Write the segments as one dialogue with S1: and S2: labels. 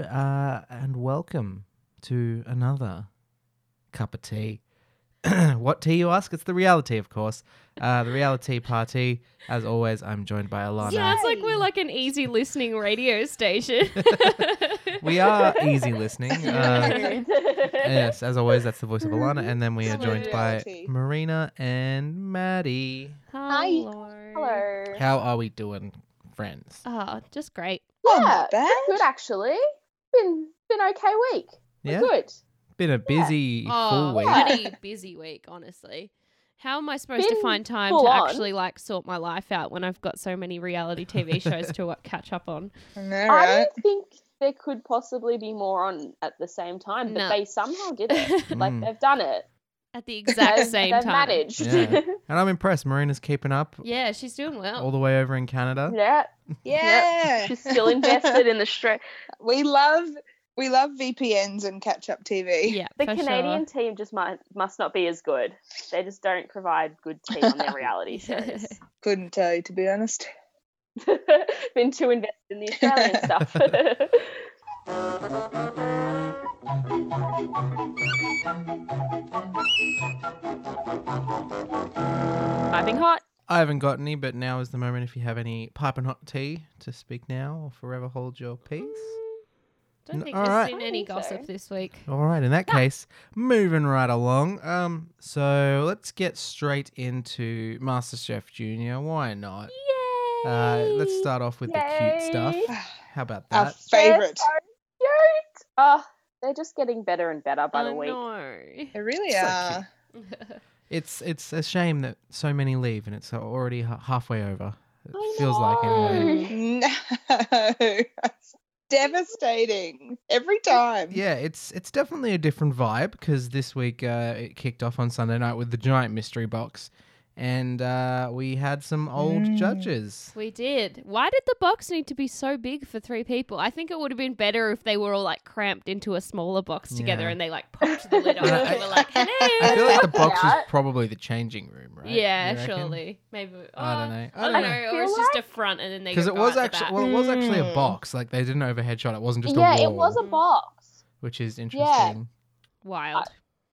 S1: uh, and welcome to another cup of tea. what tea, you ask? It's the reality, of course. Uh, the reality party. As always, I'm joined by Alana.
S2: Yeah, it's like we're like an easy listening radio station.
S1: We are easy listening. Uh, yes, as always, that's the voice of Alana. And then we are joined by
S3: Reality.
S1: Marina and Maddie.
S3: Hi. Hello.
S1: How are we doing, friends?
S2: Oh, just great.
S3: Yeah,
S4: Not bad.
S3: it's good actually. Been been okay week.
S1: Yeah,
S3: Good.
S1: been a busy
S2: Oh,
S1: full week.
S3: yeah.
S2: bloody busy week, honestly. How am I supposed to
S3: Been
S2: find time
S3: full
S2: to
S3: on.
S2: actually like sort my life out when I've got so many reality TV shows to uh, catch up on?
S4: I know,
S3: I
S4: right?
S3: didn't think there could possibly be more on at the same time, but
S2: No.
S3: they somehow did it. like
S1: Mm.
S3: they've done it.
S2: At the exact
S3: They've-
S2: same
S3: they've
S2: time.
S3: managed.
S1: Yeah. And I'm impressed. Marina's keeping up
S2: Yeah, she's doing
S3: Oh.
S1: all
S2: well.
S1: the way over in Canada.
S3: yeah.
S4: Yeah.
S3: She's still invested in the stra-
S4: we love we love VPNs and catch up TV.
S2: Yeah,
S3: The
S2: for
S3: Canadian team just might must not be as good. They just don't provide good tea on their reality series.
S4: Couldn't tell you to be honest.
S3: Been too invested in the Australian stuff. Piping hot.
S1: I haven't got any, but now is the moment if you have any piping hot tea to speak now or forever hold your peace.
S2: Don't
S1: N-
S2: think
S1: all
S2: there's
S1: right.
S2: been
S3: I
S2: any
S3: think so.
S2: gossip this week.
S1: All right, in that case, moving right along. Um, so let's get straight into MasterChef Junior. Why not?
S2: Yay!
S1: Uh, let's start off with the cute stuff.
S3: Yay.
S1: How about
S4: Our
S1: that?
S4: favorite.
S3: They're so cute. Oh, they're just getting better and better by the
S2: Oh,
S3: week.
S4: They really
S1: So
S4: are.
S2: no.
S1: It's it's a shame that so many leave, and it's already ha- halfway over. It
S3: I
S1: feels like anyway.
S3: know.
S4: No.
S3: Mm-hmm.
S4: That's devastating. Every time.
S1: Yeah, it's it's definitely a different vibe because this week uh, it kicked off on Sunday night with the giant mystery box, and uh, we had some old
S4: Mm.
S1: judges.
S2: We did. Why did the box need to be so big for three people? I think it would have been better if they were all like cramped into a smaller box together
S1: Yeah.
S2: and they like popped the lid on
S1: Yeah,
S2: and
S1: I-
S2: they were like,
S1: I feel like
S2: hello.
S1: the box was
S3: Yeah.
S1: probably the changing room, right? You
S2: yeah,
S1: reckon?
S2: surely. Maybe. Oh,
S1: I don't know.
S2: I don't know. Or
S3: feel
S2: it's just a front and then they
S1: Because
S2: Because
S1: it was actually well, it was actually a
S4: Mm.
S1: box. Like they did an overhead shot. It wasn't just
S3: yeah,
S1: a wall,
S3: it was a box.
S1: which is
S3: Yeah.
S1: interesting.
S2: wild.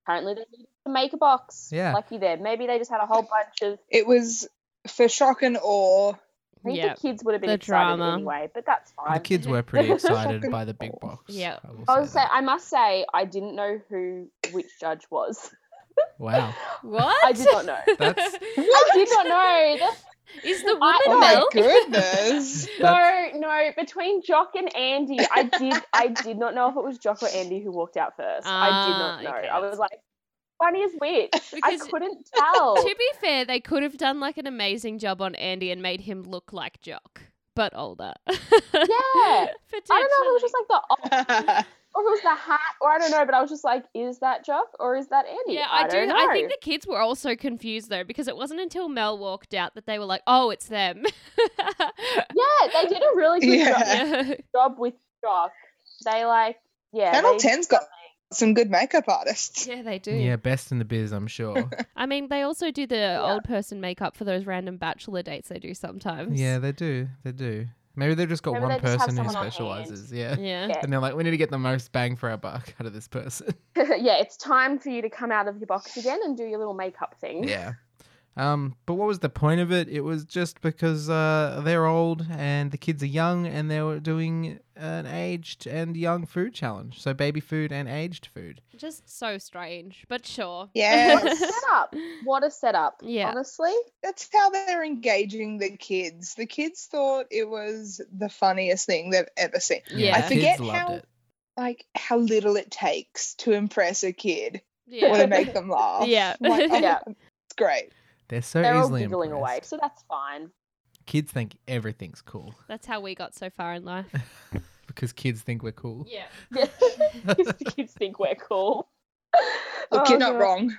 S3: Apparently, they needed to make a box.
S1: Yeah.
S3: Lucky there. Maybe they just had a whole bunch of.
S4: It was for shock and awe.
S3: I think
S2: Yeah.
S3: the kids would have been
S2: The
S3: excited
S2: drama.
S3: anyway, but that's fine.
S1: The kids were pretty excited
S4: Fucking
S1: by the big
S4: balls.
S1: box.
S2: Yeah.
S1: I will
S3: I was
S1: say
S3: say,
S1: that.
S3: I must say, I didn't know who which judge was.
S1: wow,
S2: What?
S3: I did not know.
S1: That's-
S3: I did not know. That's-
S2: Is the woman
S3: I-
S4: Oh my
S2: milk?
S4: goodness.
S3: no, no. Between Jock and Andy, I did, I did not know if it was Jock or Andy who walked out first. I did
S2: Ah,
S3: not know.
S2: okay,
S3: I
S2: that's
S3: was like, funny as which. I
S2: Because-
S3: couldn't tell.
S2: To be fair, they could have done like an amazing job on Andy and made him look like Jock, but older. yeah.
S3: I I don't know if it was just like the or if it was the hat, or I don't know. But I was just like, is that Jock or is that Andy?
S2: Yeah, I, do.
S3: don't
S2: I
S3: know.
S2: think the kids were also confused though because it wasn't until Mel walked out that they were like, "Oh, it's them."
S3: yeah, they did a really good
S4: Yeah.
S3: job, job with Jock. They like, yeah,
S4: Channel
S3: they-
S4: 10's got some good makeup artists.
S2: yeah, they do.
S1: yeah, best in the biz, I'm sure.
S2: I mean, they also do the old person makeup for those random bachelor dates they do sometimes.
S1: yeah, they do, they do. Maybe they've just got
S3: Maybe
S1: one
S3: they just have
S1: person who
S3: someone on hand.
S1: specializes. Yeah.
S2: Yeah.
S3: Yeah.
S1: and they're like, we need to get the most bang for our buck out of this person.
S3: yeah, it's time for you to come out of your box again and do your little makeup thing.
S1: yeah. Um, but what was the point of it? It was just because uh, they're old and the kids are young, and they were doing an aged and young food challenge. So baby food and aged food.
S2: Just so strange, but sure.
S4: Yes.
S3: Set up. What a setup.
S2: Yeah.
S3: Honestly.
S4: That's how they're engaging the kids. The kids thought it was the funniest thing they've ever seen.
S2: Yeah.
S1: the
S4: I forget
S1: kids loved
S4: how-
S1: it.
S4: Like how little it takes to impress a kid or
S2: yeah.
S4: to make them laugh.
S2: Yeah.
S4: Like, oh,
S3: Yeah.
S4: It's great.
S1: They're so
S3: They're all
S1: easily
S3: giggling away,
S1: impressed.
S3: so that's fine.
S1: Kids think everything's cool
S2: That's how we got so far in life.
S1: because kids think we're cool.
S2: Yeah.
S3: Kids, kids think we're cool.
S4: Look,
S3: Oh,
S4: you're not
S3: God.
S4: wrong.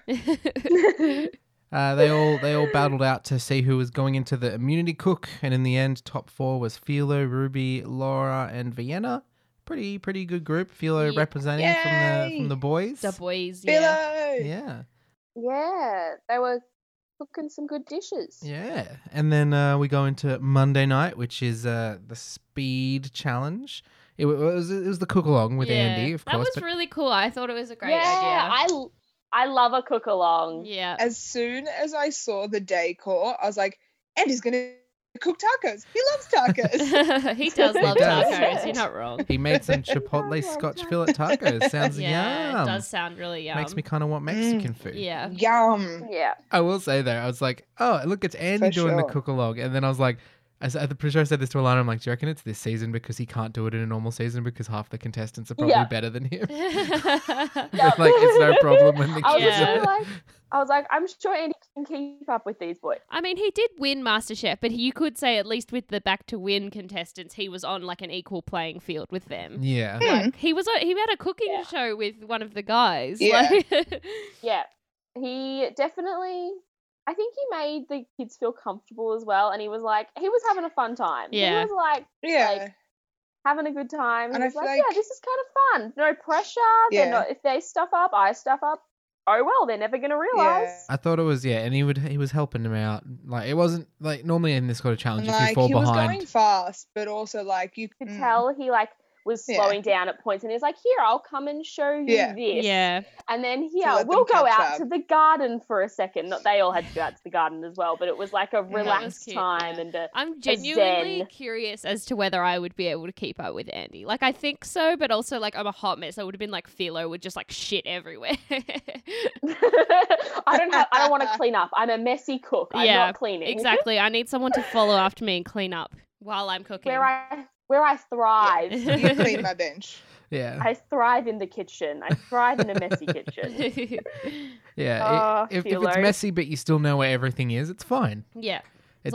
S1: Uh, they all they all battled out to see who was going into the immunity cook, and in the end, top four was Philo, Ruby, Laura, and Vienna. Pretty pretty good group. Philo
S2: Yeah.
S1: representing from the
S4: Yay.
S1: from the boys.
S2: the boys. Yeah.
S4: Philo.
S1: Yeah,
S3: Yeah, they were cooking some good dishes.
S1: yeah. And then uh, we go into Monday night, which is uh, the speed challenge. It wa- it was it was the cook along with
S2: Yeah,
S1: Andy, of
S2: that
S1: course.
S2: was
S1: but
S2: really cool. I thought it was a great
S3: yeah,
S2: idea.
S3: I l- I love a cook along.
S2: yeah.
S4: As soon as I saw the decor, I was like, Andy's gonna cook tacos. He loves tacos.
S2: he does
S3: He
S2: love
S1: does.
S2: tacos. You're not wrong.
S1: he made some
S3: I
S1: chipotle
S3: love
S1: Scotch
S3: that.
S1: fillet tacos. Sounds
S2: yeah,
S1: yum.
S2: it does sound really yum.
S1: Makes me kind of want Mexican food.
S2: Yeah.
S4: Yum.
S3: Yeah.
S1: I will say though, I was like, oh, look, it's Andy
S4: For
S1: doing the
S4: sure.
S1: cook along, and then I was like, I s- I'm pretty sure I said this to Alana. I'm like, do you reckon it's this season because he can't do it in a normal season because half the contestants are probably
S3: Yeah.
S1: better than him.
S2: yeah.
S3: Yeah.
S1: like it's no problem when the
S3: I was
S1: kids.
S3: just
S2: Yeah.
S1: Are...
S3: really like, I was like, I'm sure Andy can keep up with these boys.
S2: I mean, he did win MasterChef, but you could say at least with the back to win contestants, he was on like an equal playing field with them.
S1: Yeah.
S4: Hmm.
S2: He was on, he had a cooking
S3: Yeah.
S2: show with one of the guys.
S4: Yeah.
S2: Like,
S3: Yeah, he definitely. I think he made the kids feel comfortable as well, and he was like, he was having a fun time.
S2: Yeah.
S3: he was like
S4: Yeah.
S3: Like, having a good time.
S4: And
S3: And
S4: I
S3: was
S4: feel
S3: like,
S4: like-
S3: yeah, this is kind of fun. No pressure.
S4: Yeah.
S3: They're not, if they stuff up, I stuff up. Oh well, they're never gonna realize.
S1: I thought it was yeah, and he would he was helping him out. Like it wasn't like normally in this kind of challenge,
S4: And,
S1: if you
S4: like
S1: fall
S4: he was
S1: behind,
S4: going fast, but also like you mm,
S3: You
S4: could
S3: could tell he like was
S4: Yeah.
S3: slowing down at points, and he's like, here, I'll come and show you
S4: Yeah.
S3: this.
S2: yeah.
S3: And then
S4: let
S3: here,
S4: them
S3: we'll go
S4: catch
S3: out
S4: up.
S3: to the garden for a second. Not they all had to go out to the garden as well, but it was like a
S4: was
S3: relaxed
S2: cute,
S3: time
S2: yeah.
S3: and a
S2: I'm genuinely
S3: zen.
S2: curious as to whether I would be able to keep up with Andy. Like, I think so, but also, like, I'm a hot mess. I would have been like, Philo would just like shit everywhere.
S3: I don't have. I don't want to clean up. I'm a messy cook. I'm
S2: Yeah,
S3: not cleaning.
S2: exactly. I need someone to follow after me and clean up while I'm cooking.
S3: Where I where I thrive.
S4: you clean my bench.
S1: yeah,
S3: I thrive in the kitchen. I thrive in a messy kitchen.
S1: yeah.
S3: Oh,
S1: if, if it's
S3: Philo.
S1: messy but you still know where everything is, it's fine.
S2: yeah. As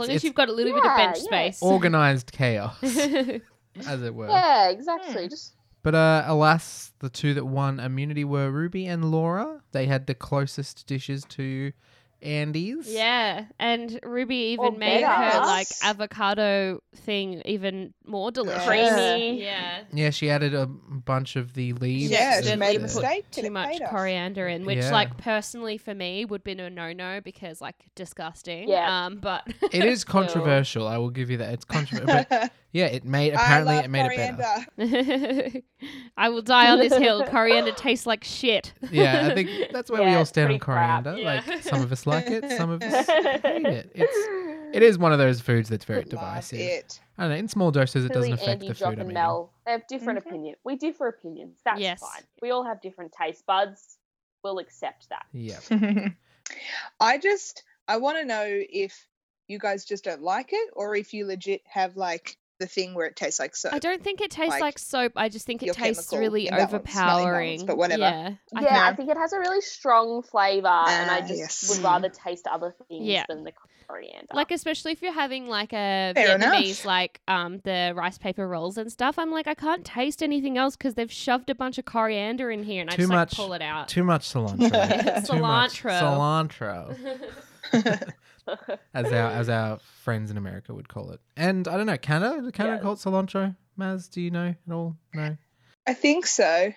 S1: It's,
S2: long
S1: it's
S2: as you've got a little bit of
S3: Yeah,
S2: bench
S3: yeah.
S2: space.
S1: organized chaos, as it were.
S3: Yeah, exactly.
S4: Hmm.
S3: Just
S1: But uh, alas, the two that won immunity were Ruby and Laura. They had the closest dishes to Andy's.
S2: yeah. And Ruby even
S3: Or
S2: made her
S4: better.
S2: like avocado thing even more delicious.
S3: Creamy.
S2: Yeah.
S1: Yeah, she added a bunch of the leaves.
S4: Yeah,
S1: and
S4: she made a
S1: the-
S4: mistake. and
S2: Too
S4: it
S2: much
S4: paid off.
S2: coriander in, which
S1: Yeah.
S2: like personally for me would be a no no because like disgusting.
S3: Yeah.
S2: Um but
S1: It is controversial. I will give you that. It's controversial, but yeah, it made apparently
S4: I love
S1: it made it
S4: coriander.
S1: better.
S2: I will die on this hill. Coriander tastes like shit.
S1: Yeah, I think that's where we
S3: Yeah,
S1: all
S3: it's
S1: stand on
S3: pretty crap.
S1: coriander.
S2: Yeah.
S1: Like some of us like it, some of us hate it. It's it is one of those foods that's very divisive.
S4: Love it.
S1: I don't know. In small doses, it doesn't
S3: Billy,
S1: affect
S3: Andy,
S1: the
S3: Jock,
S1: food. I
S3: and
S1: mean,
S3: Mel. They have different
S4: Mhm.
S3: opinions. We differ opinions. That's
S2: Mm-hmm. Yes.
S3: fine. We all have different taste buds. We'll accept that.
S1: yeah,
S4: I just I want to know if you guys just don't like it or if you legit have like the thing where it tastes like soap.
S2: I don't think it tastes like,
S4: Like,
S2: soap. I just think it
S4: your
S2: tastes
S4: chemical
S2: really
S4: imbalance, smell
S2: overpowering.
S4: imbalance, but whatever.
S2: Yeah. I
S3: yeah, I
S4: know.
S3: think it has a really strong flavor, and I
S4: Ah,
S3: just
S4: yes.
S3: would rather taste other things
S2: Yeah.
S3: than the coriander.
S2: like especially if you're having like a
S4: Oh. Fair enough.
S2: Vietnamese like um the rice paper rolls and stuff. I'm like I can't taste anything else because they've shoved a bunch of coriander in here and I
S1: Too
S2: just
S1: much-
S2: like pull it out.
S1: too much cilantro. Too much
S2: cilantro.
S1: cilantro, as our as our friends in America would call it. And I don't know, Canada, Canada
S3: Yeah.
S1: call it cilantro. Maz, do you know at all? No.
S4: I think so.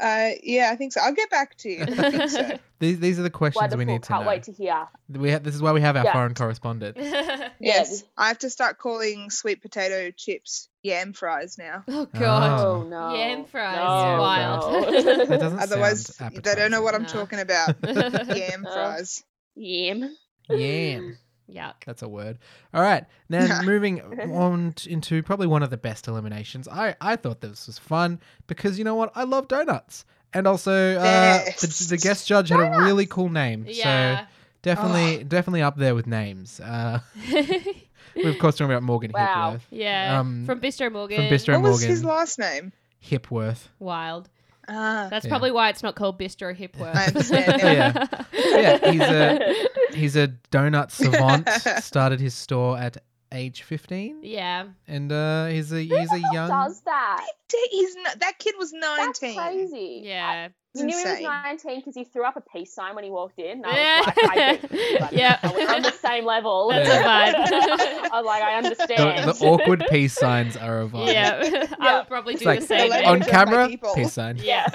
S4: Uh, yeah, I think so. I'll get back to you. I think so.
S1: These these are the questions
S3: Wonderful.
S1: we need to
S3: Can't
S1: know.
S3: wait to hear.
S1: We have, this is why we have our
S3: Yeah.
S1: foreign correspondent.
S2: Oh,
S4: Yes, I have to start calling sweet potato chips yam fries now.
S2: oh god.
S1: Oh.
S3: Oh, no.
S2: Yam fries,
S3: No,
S2: wild.
S3: no.
S1: That doesn't
S4: Otherwise,
S1: sound
S4: they don't know what I'm
S2: No.
S4: talking about. yam
S3: Uh,
S4: fries.
S3: Yam.
S1: Yam.
S2: Yuck.
S1: That's a word. All right. Now moving on t- into probably one of the best eliminations. I, I thought this was fun because you know what? I love donuts. And also uh, the,
S4: Yes.
S1: the guest judge had a really cool name.
S2: Yeah.
S1: So definitely
S4: Oh.
S1: definitely up there with names. Uh, we're of course talking about Morgan
S3: Wow.
S1: Hipworth.
S2: yeah.
S1: Um,
S2: from Bistro Morgan.
S1: From Bistro
S4: What
S1: Morgan
S4: was his last name?
S1: Hipworth.
S2: Wild.
S4: Ah,
S2: That's
S1: Yeah. Oh,
S2: probably why it's not called Bistro Hipworth.
S4: I understand now.
S1: Yeah. Yeah, he's a- He's a donut savant. started his store at age 15
S2: Yeah.
S1: and uh, he's a he's a
S3: Who
S1: young
S3: does that?
S4: Dang, he's n that kid was 19.
S3: That's crazy.
S2: Yeah.
S3: You knew he was
S4: Insane.
S3: 19 because he threw up a peace sign when he walked in. and
S2: Yeah.
S3: I was like, I get you, buddy.
S2: Yeah.
S3: I was on the same level.
S2: That's
S1: a
S2: vibe.
S3: I was like, I understand.
S1: the, the awkward peace signs are a vibe.
S2: Yeah. I
S3: Yeah.
S2: would probably do
S1: like,
S2: the
S4: The
S2: same.
S4: lady
S1: on
S4: was
S2: thing.
S4: just like
S1: camera,
S4: people.
S1: peace sign.
S2: Yeah.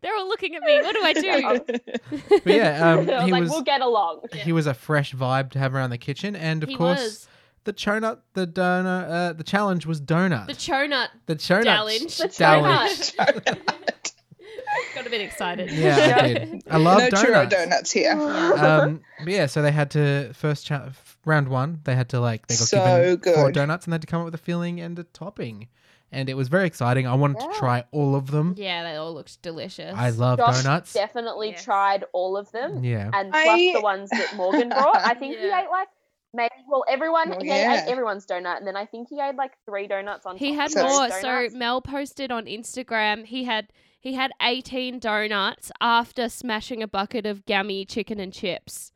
S2: They're all looking at me. What do I do?
S1: But yeah, um,
S3: I was
S1: he
S3: like,
S1: was
S3: we'll get along.
S1: he was a fresh vibe to have around the kitchen, and of
S2: he
S1: course
S2: was.
S1: the chonut, the donor, uh, the challenge was donut.
S2: The chonut.
S1: The chonut.
S2: challenge. The
S1: challenge.
S2: Got a bit excited.
S1: Yeah, I did. I love
S4: no churro
S1: donuts.
S4: donuts here.
S1: um, but yeah, so they had to first cha- f- round one. They had to like they got
S4: So
S1: given four
S4: good.
S1: donuts and they had to come up with a filling and a topping, and it was very exciting. I wanted
S4: Yeah.
S1: to try all of them.
S2: Yeah, they all looked delicious.
S1: I love
S3: Josh
S1: donuts.
S3: Definitely
S2: Yes.
S3: tried all of them,
S1: Yeah,
S3: and
S4: I-
S3: plus the ones that Morgan brought. I think
S2: Yeah.
S3: he ate like maybe well everyone
S4: Well,
S3: he
S4: yeah.
S3: ate everyone's donut, and then I think he ate like three donuts on.
S2: He
S3: top
S2: had
S3: of those
S2: more. So
S3: donuts.
S2: Mel posted on Instagram he had he had 18 donuts after smashing a bucket of gammy chicken and chips.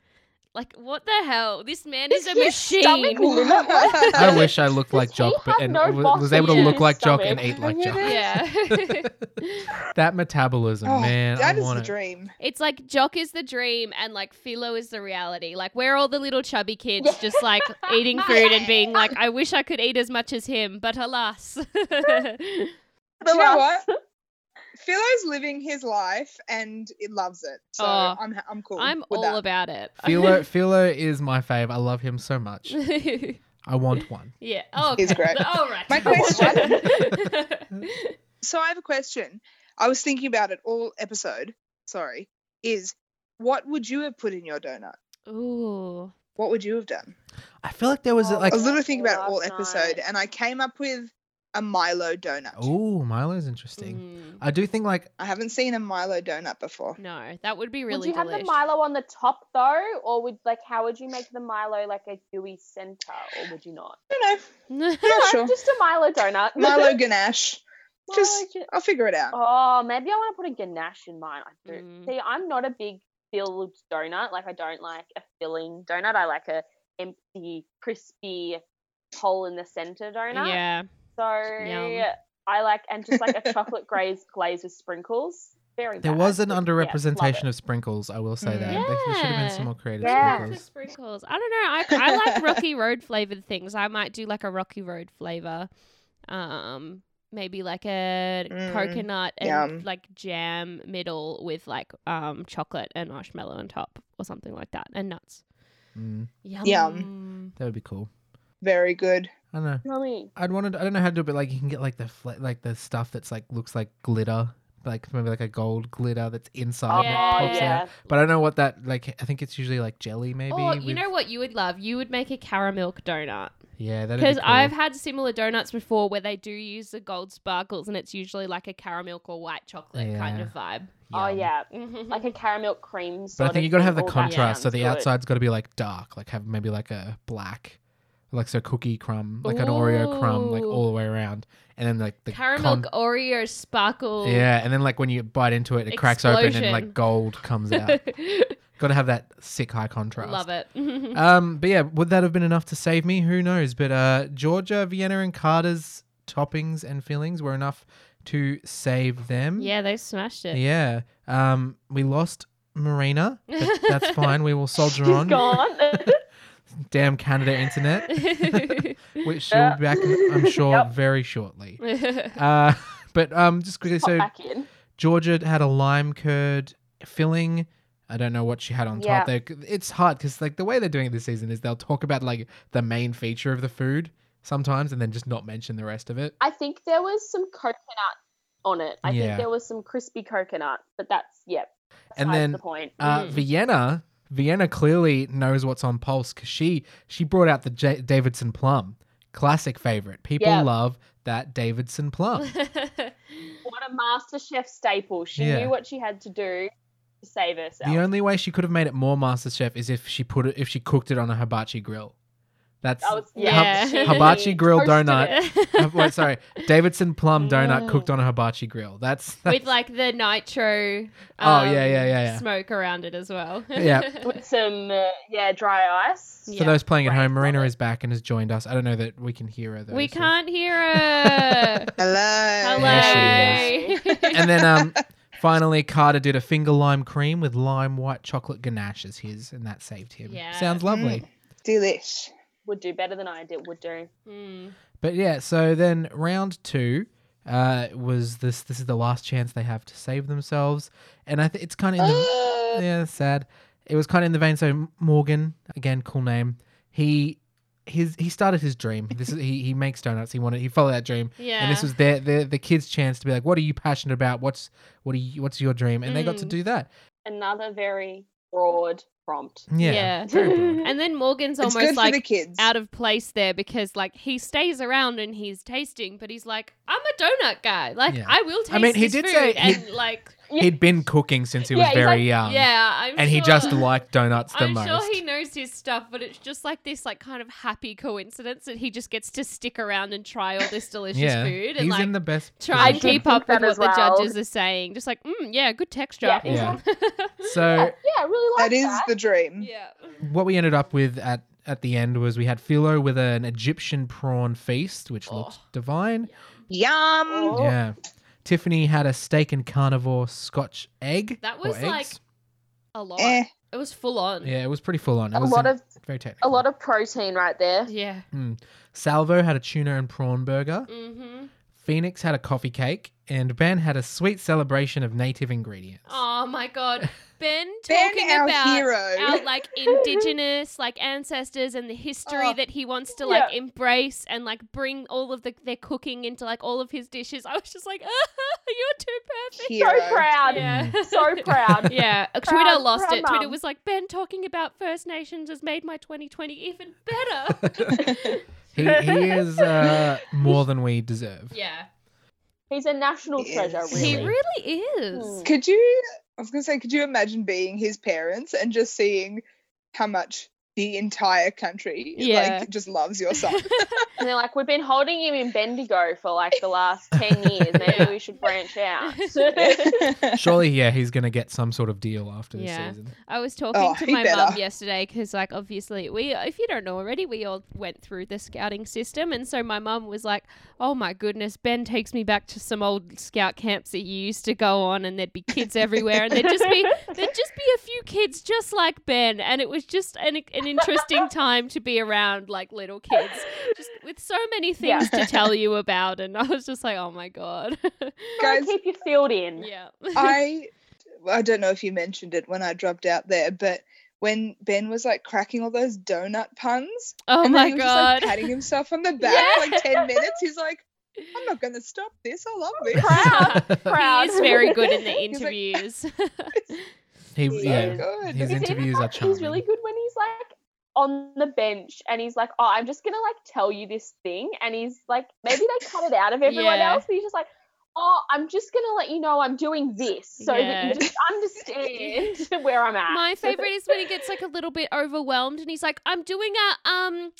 S2: Like what the hell? This man is
S3: Is
S2: a
S3: his stomach
S2: machine.
S1: I wish I looked like
S3: he
S1: Jock, but
S3: had
S1: and
S3: no
S1: w-
S3: boss
S1: was able to
S2: in
S1: look
S3: his
S1: like Jock and
S3: stomach.
S1: eat like
S4: Yeah.
S1: Jock.
S2: Yeah.
S1: That metabolism,
S4: Oh,
S1: man,
S4: that
S1: I
S4: is
S1: want
S4: the
S1: it.
S4: dream.
S2: it's like Jock is the dream and like Philo is the reality. Like we're all the little chubby kids
S3: Yeah.
S2: just like eating food and being like, I wish I could eat as much as him, but alas.
S4: Do you know
S3: last-
S4: what? Philo's living his life and it loves it. So
S2: Oh,
S4: I'm ha- I'm cool.
S2: I'm
S4: with
S2: all
S4: that.
S2: about it.
S1: Philo, Philo is my fave. I love him so much. I want one.
S2: yeah. Oh, okay.
S4: He's great.
S2: All right.
S4: My
S2: question.
S4: So I have a question. I was thinking about it all episode. Sorry, is what would you have put in your donut?
S2: Ooh.
S4: What would you have done?
S1: I feel like there was
S3: Oh,
S1: like,
S4: I
S3: I
S4: was literally thinking about it all
S3: love
S4: episode,
S3: that.
S4: and I came up with a Milo donut.
S1: oh, Milo's interesting.
S2: Mm,
S1: I do think like
S4: I haven't seen a Milo donut before.
S2: no, that would be really
S3: would you have the
S2: delish.
S3: Milo on the top though, or would like how would you make the Milo like a gooey center, or would you not?
S4: I don't know.
S3: No,
S4: Not sure.
S3: Just a Milo donut.
S4: Milo ganache.
S3: Milo
S4: Just
S3: ju-
S4: I'll figure it out.
S3: Oh, maybe I want to put a ganache in mine. I do.
S2: Mm.
S3: See, I'm not a big filled donut. Like, I don't like a filling donut. I like a empty, crispy hole in the center donut.
S2: yeah.
S3: So
S2: Yum.
S3: I like and just like a chocolate glaze glaze with sprinkles. Very.
S1: there
S3: bad,
S1: was an
S3: but yeah, love
S1: underrepresentation
S3: it.
S1: of sprinkles. I will say
S4: Mm.
S1: that there, there should have been some
S2: Yeah.
S1: more creative
S3: Yeah.
S2: Lots of
S1: sprinkles.
S2: sprinkles. I don't know. I, I like rocky road flavored things. I might do like a rocky road flavor. Um, maybe like a
S4: Mm,
S2: coconut and
S4: yum.
S2: like jam middle with like um chocolate and marshmallow on top or something like that and nuts.
S1: Mm,
S2: Yum.
S1: that would be cool.
S4: Very good.
S1: I don't know.
S3: Yummy.
S1: I'd wanted. I don't know how to do it, but like you can get like the fla- like the stuff that's like looks like glitter, like maybe like a gold glitter that's inside.
S2: Yeah,
S1: and
S3: oh
S1: it pops
S3: yeah. Oh,
S1: out. But I don't know what that like. I think it's usually like jelly, maybe.
S2: Or you
S1: with-
S2: know what you would love? You would make a caramel donut.
S1: Yeah, that'd be
S2: Because
S1: cool.
S2: I've had similar donuts before where they do use the gold sparkles and it's usually like a caramel or white chocolate kind
S1: Yeah.
S2: of vibe.
S3: Oh
S1: Yum.
S3: yeah.
S2: Mhm.
S3: Like a caramel cream.
S1: But
S3: Sort
S1: I think
S3: of
S1: you gotta have the
S3: thing. All that
S1: contrast. So
S3: sounds
S1: the
S3: good.
S1: outside's gotta be like dark, like have maybe like a black, like so cookie crumb, like an Oreo crumb, like
S2: Ooh.
S1: all the way around, and then like the
S2: caramel
S1: con-
S2: Oreo sparkle.
S1: yeah, and then like when you bite into it, it cracks open and
S2: Explosion.
S1: like gold comes out. gotta have that sick high contrast.
S2: Love it.
S1: Um, but yeah, would that have been enough to save me? Who knows? But uh, Georgia, Vienna, and Carter's toppings and fillings were enough to save them.
S2: yeah, they smashed it.
S1: Yeah. Um, we lost Marina. but that's fine. We will soldier
S3: She's
S1: on.
S3: gone.
S1: Damn Canada internet, which she'll be back, I'm sure,
S3: Yep.
S1: very shortly. Uh, but um, just quickly,
S3: Pop
S1: so
S3: back in.
S1: Georgia had a lime curd filling. I don't know what she had on top. There, it's hard because like the way they're doing it this season is they'll talk about like the main feature of the food sometimes, and then just not mention the rest of it.
S3: I think there was some coconut on it. I
S1: Yeah.
S3: think there was some crispy coconut, but that's yeah.
S1: And
S3: besides
S1: then,
S3: the point.
S1: Uh,
S2: Mm.
S1: Vienna, Vienna clearly knows what's on pulse because she she brought out the J- Davidson plum, classic favorite. People
S3: Yeah.
S1: love that Davidson plum.
S3: what a master chef staple. She
S1: Yeah.
S3: knew what she had to do to save herself.
S1: The only way she could have made it more MasterChef is if she put it if she cooked it on a hibachi grill. That's
S3: That was-
S2: Yeah.
S1: hib- hibachi grill
S3: Toasted it.
S1: donut. Hib- wait, sorry, Davidson plum donut
S3: Mm.
S1: cooked on a hibachi grill. That's, that's
S2: With like the nitro.
S1: Oh, yeah,
S2: um,
S1: yeah, yeah, yeah.
S2: Smoke around it as well.
S1: Yeah.
S3: With some uh, yeah dry ice.
S1: for
S2: yeah,
S1: those playing at
S3: right,
S1: home. Marina
S3: love it.
S1: is back and has joined us. I don't know that we can hear her. Though,
S2: we
S1: so-
S2: can't hear her.
S4: Hello.
S2: Hello.
S1: There And then um, finally, Carter did a finger lime cream with lime white chocolate ganache as his, and that saved him.
S2: Yeah.
S1: Sounds lovely.
S4: Delish.
S3: Would do better than I did. Would do.
S2: Mm.
S1: But yeah, so then round two uh, was this. This is the last chance they have to save themselves, and I think it's kind
S2: Oh,
S1: of in the, yeah, that's sad. It was kind of in the vein. So Morgan, again, cool name. He his he started his dream. This is he he makes donuts. He wanted he followed that dream,
S2: Yeah.
S1: and this was their, their the kids' chance to be like, what are you passionate about? What's what are you what's your dream? And they got to
S2: Mm.
S1: do that.
S3: Another very broad prompt.
S1: Yeah,
S2: Yeah.
S1: Mm, very broad.
S2: and then Morgan's
S4: It's
S2: almost
S4: good
S2: like
S4: for the kids.
S2: out of place there because like he stays around and he's tasting, but he's like, I'm a donut guy. Like
S1: Yeah.
S2: I will taste.
S1: I mean, he
S2: this
S1: did
S2: food
S1: say- he-
S2: and like
S3: Yeah.
S1: He'd been cooking since he was
S3: Yeah, he's
S1: very
S3: like,
S1: young.
S2: yeah, I'm
S1: and he
S2: sure-
S1: just liked donuts the
S2: I'm
S1: most.
S2: sure he knows his stuff, but it's just like this, like kind of happy coincidence that he just gets to stick around and try all this delicious
S1: yeah,
S2: food and
S1: he's
S2: like
S1: in the best.
S2: try
S3: I
S2: and
S3: did
S1: position.
S2: keep up with
S3: think that
S2: what
S3: as
S2: the
S3: well.
S2: judges are saying. Just like, mm, yeah, good texture.
S3: Yeah,
S1: Yeah.
S3: Yeah,
S1: So
S3: Uh, yeah, I really like
S4: that
S3: that.
S4: is the dream.
S2: yeah.
S1: what we ended up with at at the end was we had philo with an Egyptian prawn feast, which looked
S2: Oh.
S1: divine.
S4: Yum.
S3: Oh.
S1: Yeah. Tiffany had a steak and carnivore Scotch egg.
S2: That
S1: or
S2: was, like,
S1: eggs.
S2: A lot.
S4: Eh.
S2: It was full on.
S1: yeah, it was pretty full on. It
S3: a
S1: was
S3: lot
S1: in-
S3: of
S1: very technical. Hmm.
S3: a lot of protein right there.
S2: Yeah.
S1: Salvo had a tuna and prawn burger.
S2: Mm-hmm.
S1: Phoenix had a coffee cake, and Ben had a sweet celebration of native ingredients.
S2: Oh my god. Ben
S4: Ben,
S2: talking
S4: our
S2: about
S4: hero.
S2: our like indigenous like ancestors and the history
S4: Oh,
S2: that he wants to like
S3: yeah.
S2: embrace and like bring all of the, their cooking into like all of his dishes. I was just like, you're too
S3: So
S4: hero.
S3: proud.
S2: perfect. Yeah.
S3: So proud.
S2: Yeah, uh,
S3: Proud-
S2: Twitter lost
S3: proud
S2: it. Twitter
S3: mum.
S2: was like, Ben talking about First Nations has made my 2020 even better.
S1: He, he is uh, more than we deserve.
S2: yeah.
S3: He's a national
S4: Yes.
S3: treasure, really.
S2: He
S1: Really?
S2: really is.
S3: Mm.
S4: Could you? I was gonna say, could you imagine being his parents and just seeing how much the entire country
S2: Yeah.
S4: like just loves your son?
S3: And they're like, we've been holding him in Bendigo for like the last 10 years. Maybe
S2: Yeah.
S3: we should branch out.
S1: Surely, yeah, he's going to get some sort of deal after this
S2: Yeah.
S1: season.
S2: I was talking
S4: Oh,
S2: to
S4: he
S2: my mum
S4: better.
S2: yesterday because, like, obviously, we, if you don't know already, we all went through the scouting system. And so my mum was like, oh my goodness, Ben takes me back to some old scout camps that you used to go on, and there'd be kids everywhere. And there'd just be, there'd just be a few kids just like Ben. And it was just an, an interesting time to be around, like, little kids, just with so many
S3: Yeah.
S2: things to tell you about. And I was just like, oh my God.
S4: Guys,
S3: keep your field in.
S2: yeah.
S4: I I don't know if you mentioned it when I dropped out there, but when Ben was like cracking all those donut puns,
S2: Oh
S4: and then
S2: my
S4: he was just, like,
S2: God.
S4: patting himself on the back for like ten minutes, he's like, "I'm not gonna stop this. I love this."
S3: Proud. Proud.
S2: He is very good in the
S4: He's like-
S2: interviews.
S1: He,
S4: So
S1: yeah,
S4: good.
S1: his
S3: He's even
S1: interviews are
S3: like-
S1: charming.
S3: He's really good when he's like on the bench and he's like, oh, I'm just gonna like tell you this thing, and he's like, maybe they cut it out of everyone
S2: Yeah.
S3: else, but he's just like. Oh, I'm just gonna let you know I'm doing this so
S2: Yeah.
S3: that you just understand where I'm at.
S2: My favorite is when he gets like a little bit overwhelmed and he's like, "I'm doing a um."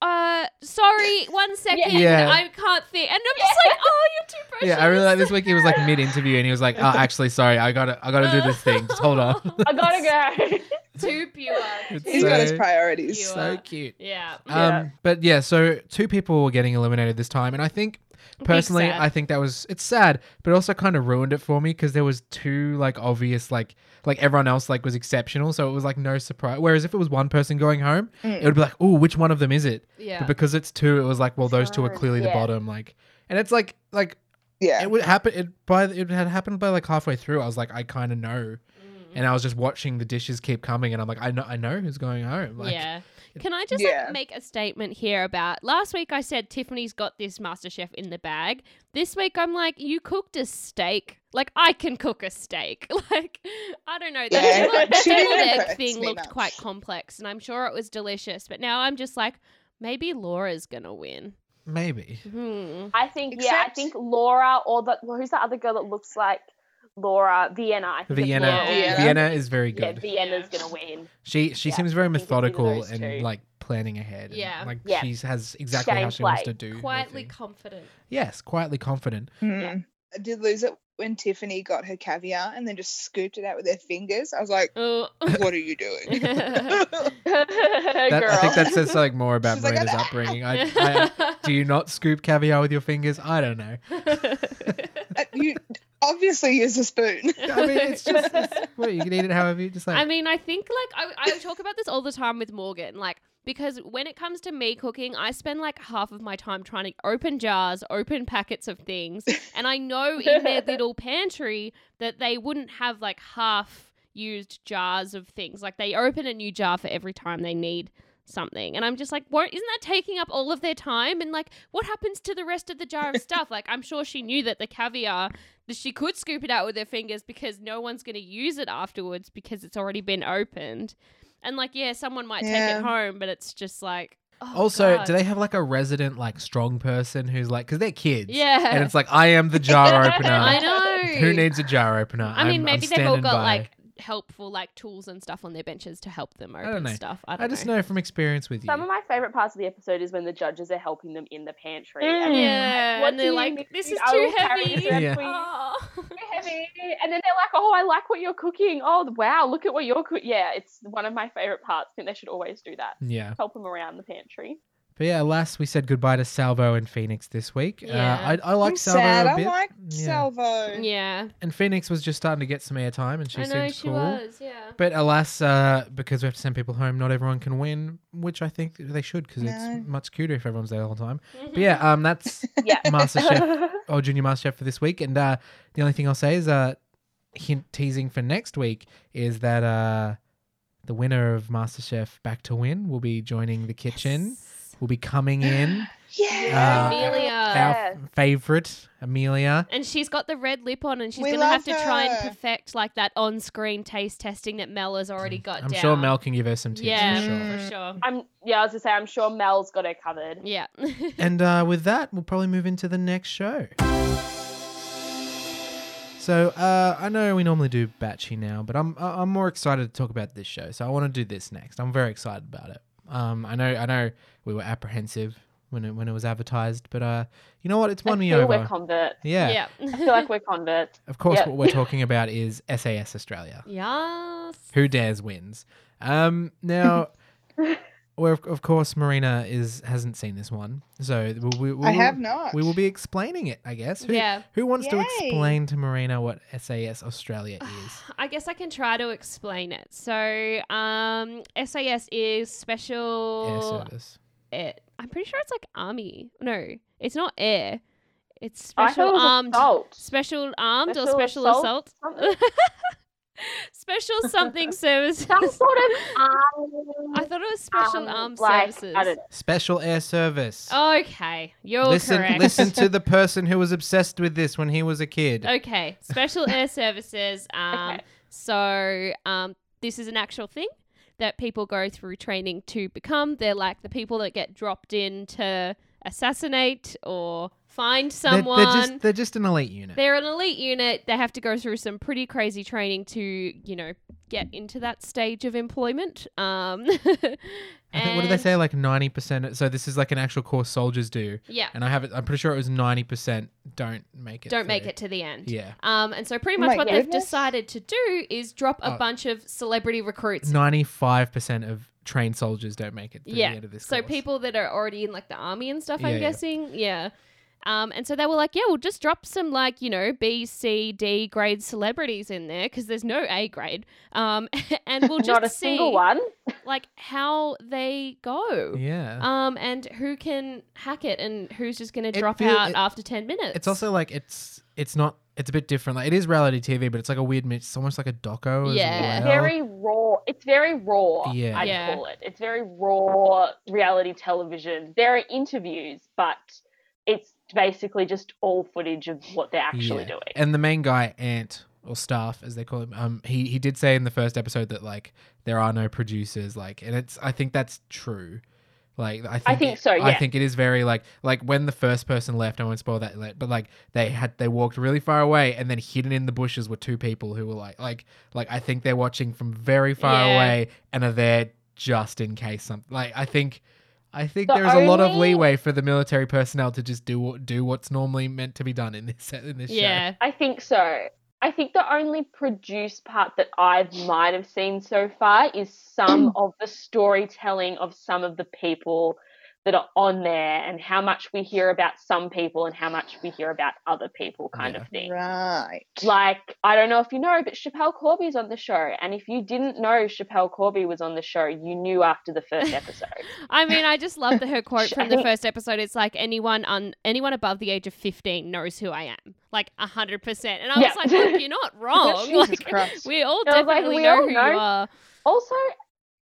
S2: Uh, sorry, one second.
S1: Yeah.
S2: I can't think. And I'm just like, oh, you're too precious.
S1: Yeah, I really like this week. He was like mid interview, and he was like, "Oh, actually, sorry, I gotta, I gotta do this thing. Just hold on."
S3: I gotta go.
S2: Too pure.
S1: It's
S4: He's got his
S1: So-
S4: priorities.
S2: You
S1: so
S2: are.
S1: cute.
S2: Yeah.
S3: Yeah.
S1: Um, but yeah, so two people were getting eliminated this time, and I think personally,
S2: sad.
S1: I think that was it's sad, but it also kind of ruined it for me because there was two like obvious like like everyone else like was exceptional, so it was like no surprise. Whereas if it was one person going home,
S4: Mm.
S1: it would be like, "Oh, which one of them is it?"
S2: Yeah.
S1: But because it's two, it was like, "Well, those two are
S3: Hard,
S1: clearly the
S3: yeah.
S1: bottom." Like, and it's like like
S4: Yeah.
S1: it would happen it by it had happened by like halfway through. I was like, I kind of know.
S2: Mm.
S1: and I was just watching the dishes keep coming, and I'm like, I know, I know who's going home. Like,
S2: yeah. Can I just like,
S4: Yeah.
S2: make a statement here about last week? I said Tiffany's got this MasterChef in the bag. This week, I'm like, you cooked a steak. Like I can cook a steak. Like I don't know. That
S4: Yeah.
S2: deviled- that
S4: She didn't
S2: deviled egg
S4: impress
S2: thing
S4: me
S2: looked
S4: much.
S2: quite complex, and I'm sure it was delicious. But now I'm just like, maybe Laura's gonna win.
S1: maybe.
S2: Hmm.
S3: I think yeah, I
S4: Except-
S3: think Laura or the well, who's the other girl that looks like Laura Vienna. I think it's
S1: Vienna,
S3: Laura.
S1: Vienna,
S4: Vienna.
S1: is very
S3: Yeah,
S1: good.
S3: Vienna's gonna win.
S1: she she
S3: yeah,
S1: seems very
S3: I think it's either
S1: methodical
S3: those
S1: and
S3: two.
S1: like planning ahead. and,
S2: Yeah.
S1: like
S3: Yeah.
S1: she has exactly how she
S3: Gameplay.
S1: wants to do.
S2: Quietly
S1: everything.
S2: confident.
S1: yes, quietly confident.
S4: Mm.
S3: Yeah.
S4: I did lose it when Tiffany got her caviar and then just scooped it out with her fingers. I was like,
S2: Oh.
S4: "What are you doing?"
S1: That,
S3: Girl.
S1: I think that says something more about
S4: She's like,
S1: Marina's
S4: "Ah."
S1: upbringing. I, I, do you not scoop caviar with your fingers? I don't know.
S4: Uh, you obviously use a spoon.
S1: I mean, it's just it's, what you can eat it however you just like.
S2: I mean, I think like I, I talk about this all the time with Morgan, like because when it comes to me cooking, I spend like half of my time trying to open jars, open packets of things, and I know in their little pantry that they wouldn't have like half used jars of things. Like they open a new jar for every time they need something. And I'm just like, won't, isn't that taking up all of their time? And like, what happens to the rest of the jar of stuff? like, I'm sure she knew that the caviar, that she could scoop it out with her fingers because no one's going to use it afterwards because it's already been opened. And like, yeah, someone might take
S4: Yeah.
S2: it home, but it's just like. oh,
S1: also,
S2: God.
S1: do they have like a resident, like strong person who's like, because they're kids.
S2: Yeah.
S1: And it's like, I am the jar opener.
S2: I know.
S1: Who needs a jar opener?
S2: I mean,
S1: I'm-
S2: maybe
S1: I'm
S2: they've all
S1: standing
S2: got
S1: by.
S2: like helpful like tools and stuff on their benches to help them open
S1: don't know.
S2: stuff. I don't
S1: I just know from experience with you.
S3: Some of my favorite parts of the episode is when the judges are helping them in the pantry.
S4: Mm.
S3: And they're
S2: Yeah,
S3: What
S2: and
S3: do
S2: they're
S3: you
S2: like,
S3: need?
S2: "This is
S3: I
S2: too
S3: will carry
S2: heavy."
S3: this,
S1: Yeah.
S3: please.
S2: Oh.
S3: "Too heavy. And then they're like, oh, I like what you're cooking. Oh, wow, look at what you're cooking. Yeah, it's one of my favorite parts. I think they should always do that.
S1: yeah.
S3: Help them around the pantry.
S1: But yeah, alas, we said goodbye to Salvo and Phoenix this week.
S2: Yeah.
S1: Uh, I, I like
S4: I'm
S1: Salvo
S4: sad.
S1: a
S4: I
S1: bit.
S4: like
S1: Yeah.
S4: Salvo.
S2: Yeah,
S1: And Phoenix was just starting to get some airtime and she
S2: I know
S1: seems
S2: she
S1: cool.
S2: was. Yeah,
S1: But alas, uh, because we have to send people home, not everyone can win, which I think they should because
S4: No.
S1: it's much cuter if everyone's there the whole time. But yeah, um, that's
S3: Yeah.
S1: Master Chef or Junior Master Chef for this week. And uh, the only thing I'll say is uh, hint teasing for next week is that uh, the winner of Master Chef Back to Win will be joining the kitchen,
S2: Yes.
S1: will be coming in.
S4: Yeah.
S1: Uh,
S2: Amelia,
S1: Our f- favorite, Amelia.
S2: and she's got the red lip on, and she's
S4: We
S2: gonna have to
S4: love
S2: try and
S4: her.
S2: perfect like that on-screen taste testing that Mel has already got.
S1: Mm. I'm
S2: down.
S1: sure Mel can give her some tips.
S2: Yeah,
S1: for sure.
S4: Mm.
S2: for sure.
S3: I'm yeah, I was gonna say I'm sure Mel's got it covered.
S2: Yeah.
S1: And uh, with that, we'll probably move into the next show. So uh, I know we normally do Batchy now, but I'm I- I'm more excited to talk about this show. So I want to do this next. I'm very excited about it. Um, I know I know we were apprehensive when it when it was advertised, but uh, you know what? It's
S3: I
S1: won me
S3: feel
S1: over.
S3: we're convert.
S1: yeah.
S2: yeah.
S3: I feel like we're converts.
S1: Of course,
S3: Yeah.
S1: what we're talking about is SAS Australia.
S2: yes.
S1: Who dares wins. Um, now, we're of, of course Marina is hasn't seen this one, so we, we, we
S4: I
S1: will-
S4: have not.
S1: We will be explaining it, I guess. Who,
S2: Yeah.
S1: Who wants to
S4: Yay.
S1: explain to Marina what SAS Australia is?
S2: I guess I can try to explain it. So, um, SAS is
S1: Air
S2: special.
S1: service.
S2: Air. I'm pretty sure it's like army. No, it's not air. It's
S3: I
S2: special
S3: thought it was
S2: armed.
S3: assault.
S2: Special armed or special
S3: Special
S2: assault?
S3: assault
S2: special something service.
S3: Some sort of
S2: I
S3: um,
S2: thought it was special
S3: um,
S2: armed
S3: like,
S2: services.
S3: I don't know.
S1: Special air service.
S2: Okay, Oh, you're
S1: listen,
S2: correct.
S1: listen to the person who was obsessed with this when he was a kid.
S2: Okay, special air services. Um,
S3: Okay.
S2: So um, this is an actual thing that people go through training to become. They're like the people that get dropped in to assassinate or
S1: They're-
S2: find someone.
S1: They're, just they're just an elite unit.
S2: They're an elite unit. They have to go through some pretty crazy training to, you know, get into that stage of employment. Um,
S1: I think, what did they
S2: and-
S1: say? Like ninety percent. So this is like an actual course soldiers do,
S2: Yeah,
S1: and I have it. I'm pretty sure it was ninety percent. Don't make it.
S2: don't make
S1: through.
S2: it to the end.
S1: Yeah,
S2: Um, and so pretty
S4: Oh
S2: much
S4: my
S2: what they've
S4: goodness.
S2: decided to do is drop a
S1: Oh.
S2: bunch of celebrity recruits
S1: ninety-five percent of trained soldiers don't make it. Through
S2: Yeah.
S1: the end of this.
S2: So
S1: course.
S2: people that are already in like the army and stuff,
S1: Yeah,
S2: I'm
S1: yeah.
S2: guessing. Yeah. Um, and so they were like, yeah, we'll just drop some like, you know, B, C, D grade celebrities in there because there's no A grade. Um, and we'll just
S3: Not a
S2: see
S3: single one.
S2: like how they go.
S1: Yeah.
S2: Um, and who can hack it and who's just going to
S1: It
S2: drop
S1: feel-
S2: out
S1: it-
S2: after 10 minutes.
S1: It's also like it's it's not it's a bit different. Like it is reality TV, but it's like a weird mix. It's almost like a doco.
S2: Yeah.
S1: As
S3: It's
S1: well.
S3: very raw. It's very raw.
S1: Yeah.
S3: I'd
S2: Yeah.
S3: call it. It's very raw reality television. There are interviews, but it's basically just all footage of what they're actually
S1: Yeah.
S3: doing.
S1: And the main guy, Ant or Staff, as they call him, um, he he did say in the first episode that like there are no producers, like, and it's I think that's true. Like I think,
S3: think so,
S1: I
S3: yeah.
S1: think it is very like like when the first person left, I won't spoil that. like, But like they had they walked really far away, and then hidden in the bushes were two people who were like like like I think they're watching from very far
S2: Yeah.
S1: away and are there just in case something. Like I think I think
S3: The
S1: there is a lot of
S3: only-
S1: leeway for the military personnel to just do what do what's normally meant to be done in this in this show.
S2: yeah.
S3: I think so. I think the only produced part that I might have seen so far is
S2: Mm.
S3: some of the storytelling of some of the people that are on there and how much we hear about some people and how much we hear about other people kind
S1: Yeah.
S3: of thing.
S4: Right.
S3: Like, I don't know if you know, but Chappelle Corby's on the show. And if you didn't know Chappelle Corby was on the show, you knew after the first episode.
S2: I mean, I just love the, her quote from
S3: I
S2: the
S3: think-
S2: first episode. It's like anyone on anyone above the age of fifteen knows who I am, like hundred percent. And I
S3: Yeah.
S2: was like, Look, you're not wrong.
S4: Jesus
S2: like,
S4: Christ.
S2: we all
S3: I was like,
S2: definitely
S3: we
S2: know
S3: all
S2: who
S3: know.
S2: you are.
S3: also,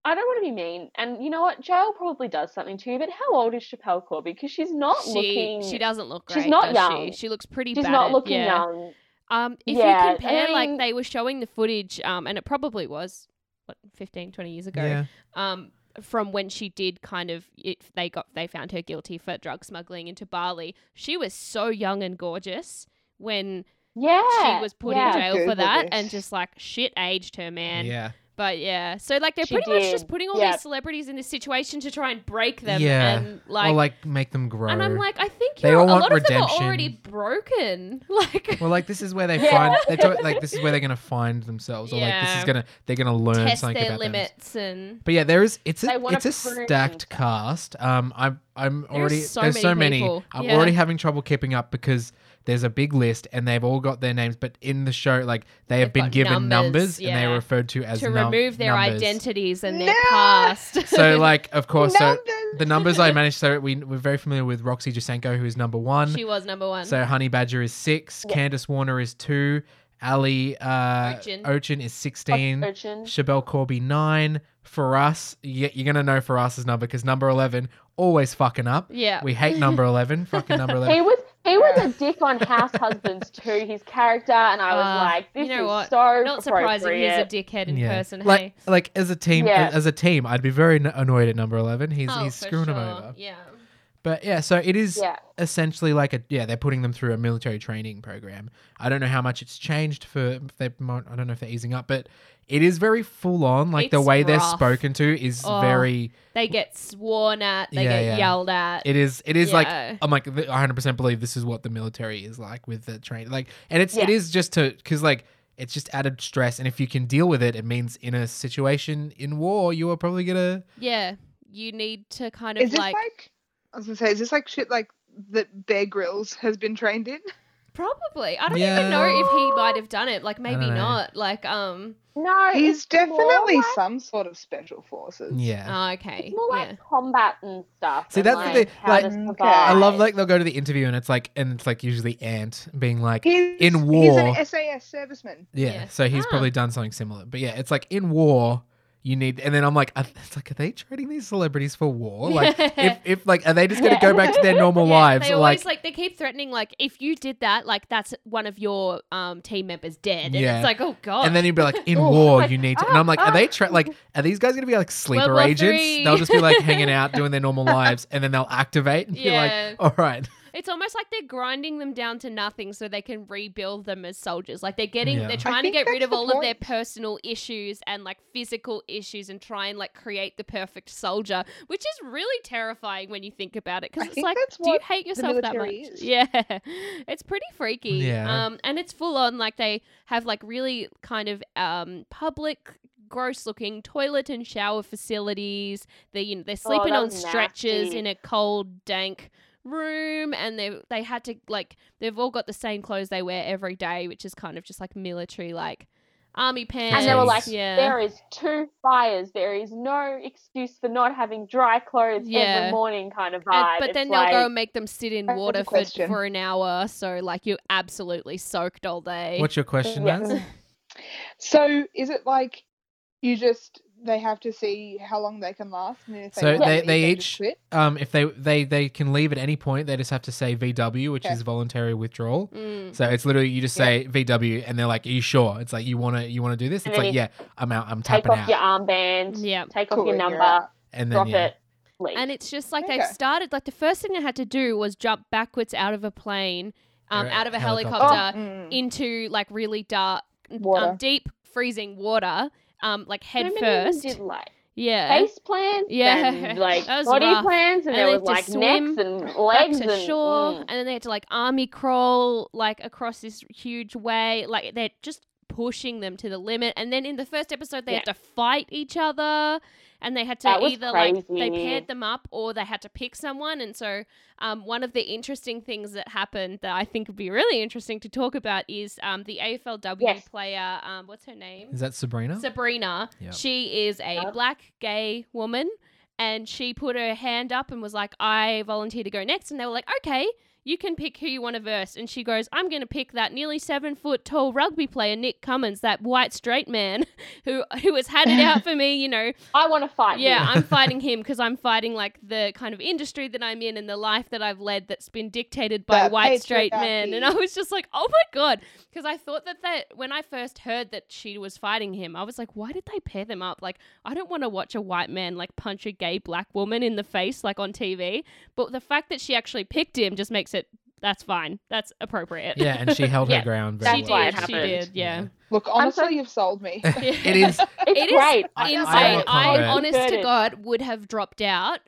S3: I don't want to be mean, and you know what? Jail probably does something to you. But how old is Chappelle Corby? Because she's not
S2: she
S3: looking.
S2: she doesn't look
S3: she's
S2: great.
S3: not
S2: does
S3: young.
S2: She? she looks pretty.
S3: she's
S2: battered,
S3: not looking
S2: yeah.
S3: young.
S2: Um, if
S3: Yeah,
S2: you
S3: I
S2: compare, like
S3: mean-
S2: they were showing the footage, um, and it probably was what 15, 20 years ago.
S1: Yeah.
S2: Um, from when she did kind of it, they got they found her guilty for drug smuggling into Bali. She was so young and gorgeous when
S3: Yeah,
S2: she was put
S3: yeah.
S2: in jail for
S4: Google
S2: that,
S4: this.
S2: and just like shit aged her, man.
S1: Yeah.
S2: But yeah, so like they're
S3: She
S2: pretty much just
S3: did.
S2: putting all
S3: Yeah.
S2: these celebrities in this situation to try and break them,
S1: Yeah.
S2: and like,
S1: or like make them grow.
S2: and I'm like, I think
S1: They
S2: you're,
S1: all
S2: a
S1: want
S2: lot of them
S1: redemption.
S2: are already broken. Like,
S1: well, like this is where they
S3: Yeah.
S1: find they talk, like this is where they're gonna find themselves, or like this
S2: Yeah.
S1: is gonna they're gonna learn
S2: test
S1: something
S2: their
S1: about them.
S2: limits and
S1: But yeah, there is it's
S3: They
S1: a,
S3: wanna
S1: it's a
S3: prove
S1: stacked cast. Um, I'm I'm
S2: There are
S1: already
S2: so
S1: there's
S2: many
S1: so many.
S2: people.
S1: I'm
S2: Yeah.
S1: already having trouble keeping up because there's a big list and they've all got their names, but in the show, like they have
S2: They've
S1: been
S2: got
S1: given
S2: numbers,
S1: numbers, and they
S2: yeah.
S1: are referred to as
S2: to
S1: num-
S2: remove their
S1: numbers.
S2: identities and their
S4: No!
S2: past.
S1: So like of course, so
S4: Numbers.
S1: the numbers I managed. So we we're very familiar with Roxy Jasenko, who is number one.
S2: she was number one.
S1: So Honey Badger is six. Candace Warner is two. Ali uh,
S2: Urchin.
S1: Urchin is
S3: Fuck
S1: 16.
S3: Oh, urchin.
S1: Shabelle Corby, nine. For us, y- you're going to know for us's number because number 11 always fucking up.
S2: yeah,
S1: We hate number 11. fucking number 11.
S3: He was he was a dick on House Husbands too. His character, and I was
S2: Uh,
S3: like,
S2: you
S3: this
S2: know
S3: is
S2: what?
S3: so
S2: not surprising. He's a
S3: appropriate.
S2: dickhead in
S1: Yeah.
S2: person.
S1: Like,
S2: hey,
S1: like as a team,
S3: Yeah.
S1: as a team, I'd be very n- annoyed at number eleven. He's
S2: oh,
S1: he's
S2: for
S1: screwing them
S2: sure.
S1: over.
S2: Yeah,
S1: But yeah, so it is
S3: Yeah.
S1: essentially like a yeah. They're putting them through a military training program. I don't know how much it's changed for. if They might, I don't know if they're easing up, but it is very full on. Like the
S2: It's
S1: way they're
S2: rough.
S1: spoken to is
S2: Oh.
S1: very.
S2: they get sworn at. They
S1: Yeah,
S2: get
S1: yeah.
S2: yelled at.
S1: It is. It is like
S2: Yeah.
S1: I'm like I 100 percent believe this is what the military is like with the train. Like, and it's it
S3: Yeah.
S1: is just to because like it's just added stress, and if you can deal with it, it means in a situation in war, you are probably gonna.
S2: yeah, you need to kind
S4: Is
S2: of
S4: this
S2: like,
S4: like, I was gonna say, is this like shit like that Bear Grylls has been trained in?
S2: probably. I don't
S1: Yeah.
S2: even know if he might have done it. Like maybe
S1: don't know.
S2: not. Like um.
S3: No,
S4: He's
S3: it's more
S4: definitely
S3: like-
S4: some sort of special forces.
S1: Yeah.
S2: Oh, okay.
S3: It's more like
S2: yeah.
S3: combat and stuff.
S1: See,
S3: and,
S1: that's the
S3: like,
S1: thing,
S3: How
S1: like,
S3: to
S4: Mm, Okay.
S3: survive.
S1: I love like they'll go to the interview and it's like and it's like usually Ant being like
S4: He's,
S1: In
S4: he's
S1: war.
S4: an SAS serviceman.
S1: yeah,
S2: Yeah.
S1: so he's
S2: Ah.
S1: probably done something similar. But yeah, it's like in war you need and then I'm like I- it's like are they trading these celebrities for war? Like if, if like are they just gonna
S3: Yeah.
S1: go back to their normal
S2: Yeah,
S1: lives?
S2: They
S1: Like,
S2: always like, they keep threatening like if you did that like that's one of your um team members dead and
S1: Yeah.
S2: it's like oh god.
S1: and then you'd be like in
S3: Oh,
S1: war
S3: like,
S1: you need to
S3: ah,
S1: and I'm like are
S3: ah.
S1: they tra- like are these guys gonna be like sleeper
S2: War
S1: agents?
S2: Three.
S1: They'll just be like hanging out doing their normal lives and then they'll activate and
S2: Yeah.
S1: be like all right
S2: It's almost like they're grinding them down to nothing so they can rebuild them as soldiers. Like they're getting,
S1: Yeah. I
S2: they're trying to get
S4: think
S2: rid
S4: that's
S2: of
S4: the
S2: all of their
S4: point.
S2: personal issues and like physical issues and try and like create the perfect soldier, which is really terrifying when you think about it. Because
S4: I
S2: it's
S4: think
S2: like,
S4: that's
S2: do you
S4: what
S2: hate yourself that much?
S4: military is.
S2: Yeah, it's pretty freaky.
S1: Yeah.
S2: Um, and it's full on. Like they have like really kind of um public. Gross looking toilet and shower facilities. They you know, they're
S3: Oh,
S2: sleeping
S3: that
S2: on
S3: was
S2: stretchers
S3: nasty.
S2: in a cold, dank room and they they had to like they've all got the same clothes they wear every day which is kind of just like military like army pants
S3: And they were
S1: Yes.
S3: like,
S2: yeah
S3: there is two fires. There is no excuse for not having dry clothes
S2: Yeah.
S3: every morning, kind of
S2: And-
S3: vibe.
S2: but
S3: It's
S2: then
S3: like,
S2: they'll go and make them sit in
S4: I have a
S2: water for,
S4: question.
S2: for an hour so like you're absolutely soaked all day
S1: what's your question
S3: Yeah.
S1: Naz?
S4: So is it like you just they have to see how long they can last? And if
S1: So
S4: don't
S1: they-
S4: leave,
S1: they
S4: just
S1: each-
S4: quit?
S1: Um, if they they they can leave at any point, they just have to say VW, which
S4: Okay.
S1: is voluntary withdrawal.
S2: Mm.
S1: So it's literally you just say VW, and they're like, "Are you sure?" It's like you wanna you wanna do this.
S3: And
S1: It's
S3: then
S1: like,
S3: you
S1: yeah, I'm out. I'm
S3: take
S1: tapping
S3: off
S1: out.
S3: your armband,
S2: yeah
S3: take
S4: Cool,
S3: off your
S4: and you're
S3: number,
S4: out.
S1: and then
S3: drop
S1: yeah,
S3: it, leave.
S2: and it's just like
S4: Okay.
S2: they've started like the first thing they had to do was jump backwards out of a plane um,
S1: Or a
S2: out of a
S1: helicopter.
S2: helicopter
S4: Mm.
S2: into like really dark
S4: Water.
S2: um, deep freezing water um like head
S3: so many of them
S2: first
S3: Did like
S2: yeah
S3: face plans,
S2: Yeah.
S3: and like
S2: That was
S3: body
S2: rough.
S3: plans,
S2: And
S3: and, there
S2: they
S3: was like
S2: had to swim
S3: necks and
S2: back
S3: legs
S2: to
S3: and
S2: shore,
S3: mm.
S2: and then they had to like army crawl like across this huge way. Like they're just pushing them to the limit. And then in the first episode, they
S3: Yeah.
S2: had to fight each other, and they had to
S3: That was
S2: either like they
S3: crazy.
S2: paired them up or they had to pick someone. And so, um, one of the interesting things that happened that I think would be really interesting to talk about is um the AFLW
S3: Yes.
S2: player. Um, what's her name?
S1: Is that Sabrina?
S2: Sabrina.
S1: Yep.
S2: She is a
S3: Yep.
S2: black gay woman and she put her hand up and was like, I volunteer to go next. And they were like, okay, you can pick who you want to verse. And she goes, I'm going to pick that nearly seven foot tall rugby player, Nick Cummins, that white straight man who, who has had it out for me, you know,
S3: I want to fight.
S2: yeah,
S3: him.
S2: I'm fighting him because I'm fighting like the kind of industry that I'm in and the life that I've led that's been dictated by
S4: That
S2: white straight men. And I
S4: patriarchy.
S2: was just like, oh my god, because I thought that that when I first heard that she was fighting him, I was like, why did they pair them up? Like, I don't want to watch a white man like punch a gay black woman in the face like on TV. But the fact that she actually picked him just makes it that's fine. That's appropriate.
S1: Yeah, and she held her
S2: Yeah,
S1: ground very
S3: That's
S2: she
S1: well.
S2: did.
S3: why it
S2: she
S3: happened.
S2: did. Yeah.
S4: Look,
S3: so-
S4: honestly, you've sold me.
S1: It is
S3: It's
S2: It is-
S3: great.
S1: I-
S2: insane.
S1: I
S2: I,
S1: will comment.
S2: honest to
S3: Converted.
S2: God, would have dropped out.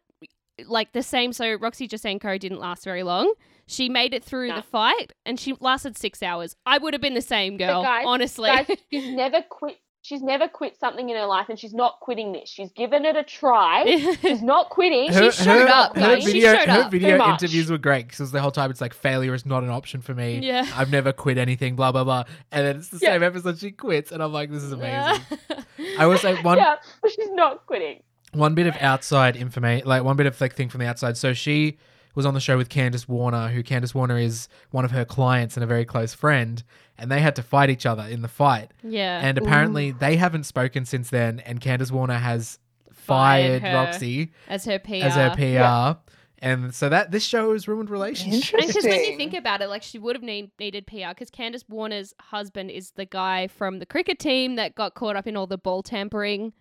S2: Like the same. So Roxy Jasenko didn't last very long. She made it through
S3: No.
S2: the fight and she lasted six hours. I would have been the same girl,
S3: guys-
S2: honestly.
S3: Guys, she's never quit. She's never quit something in her life, and she's not quitting this. She's given it a try. she's not quitting.
S2: Her- showed up,
S1: Her
S2: guys. She
S1: video,
S2: showed
S1: her
S2: up.
S3: Too
S1: video
S3: much.
S1: interviews were great because the whole time it's like failure is not an option for me.
S2: Yeah.
S1: I've never quit anything. Blah blah blah. And then it's the
S3: Yeah.
S1: same episode she quits, and I'm like, this is amazing.
S2: amazing.
S1: I will say one
S3: Yeah, but she's not quitting.
S1: one bit of outside information, like one bit of like thing from the outside. So she was on the show with Candace Warner, who Candace Warner is one of her clients and a very close friend, and they had to fight each other in the fight.
S2: yeah.
S1: And apparently they haven't spoken since then, and Candace Warner has fired
S2: Fired her
S1: Roxy
S2: as her PR.
S1: as her PR.
S3: Yeah.
S1: And so that this show has ruined relationships.
S2: And because when you
S4: Interesting.
S2: think about it, like she would have need, needed PR because Candace Warner's husband is the guy from the cricket team that got caught up in all the ball tampering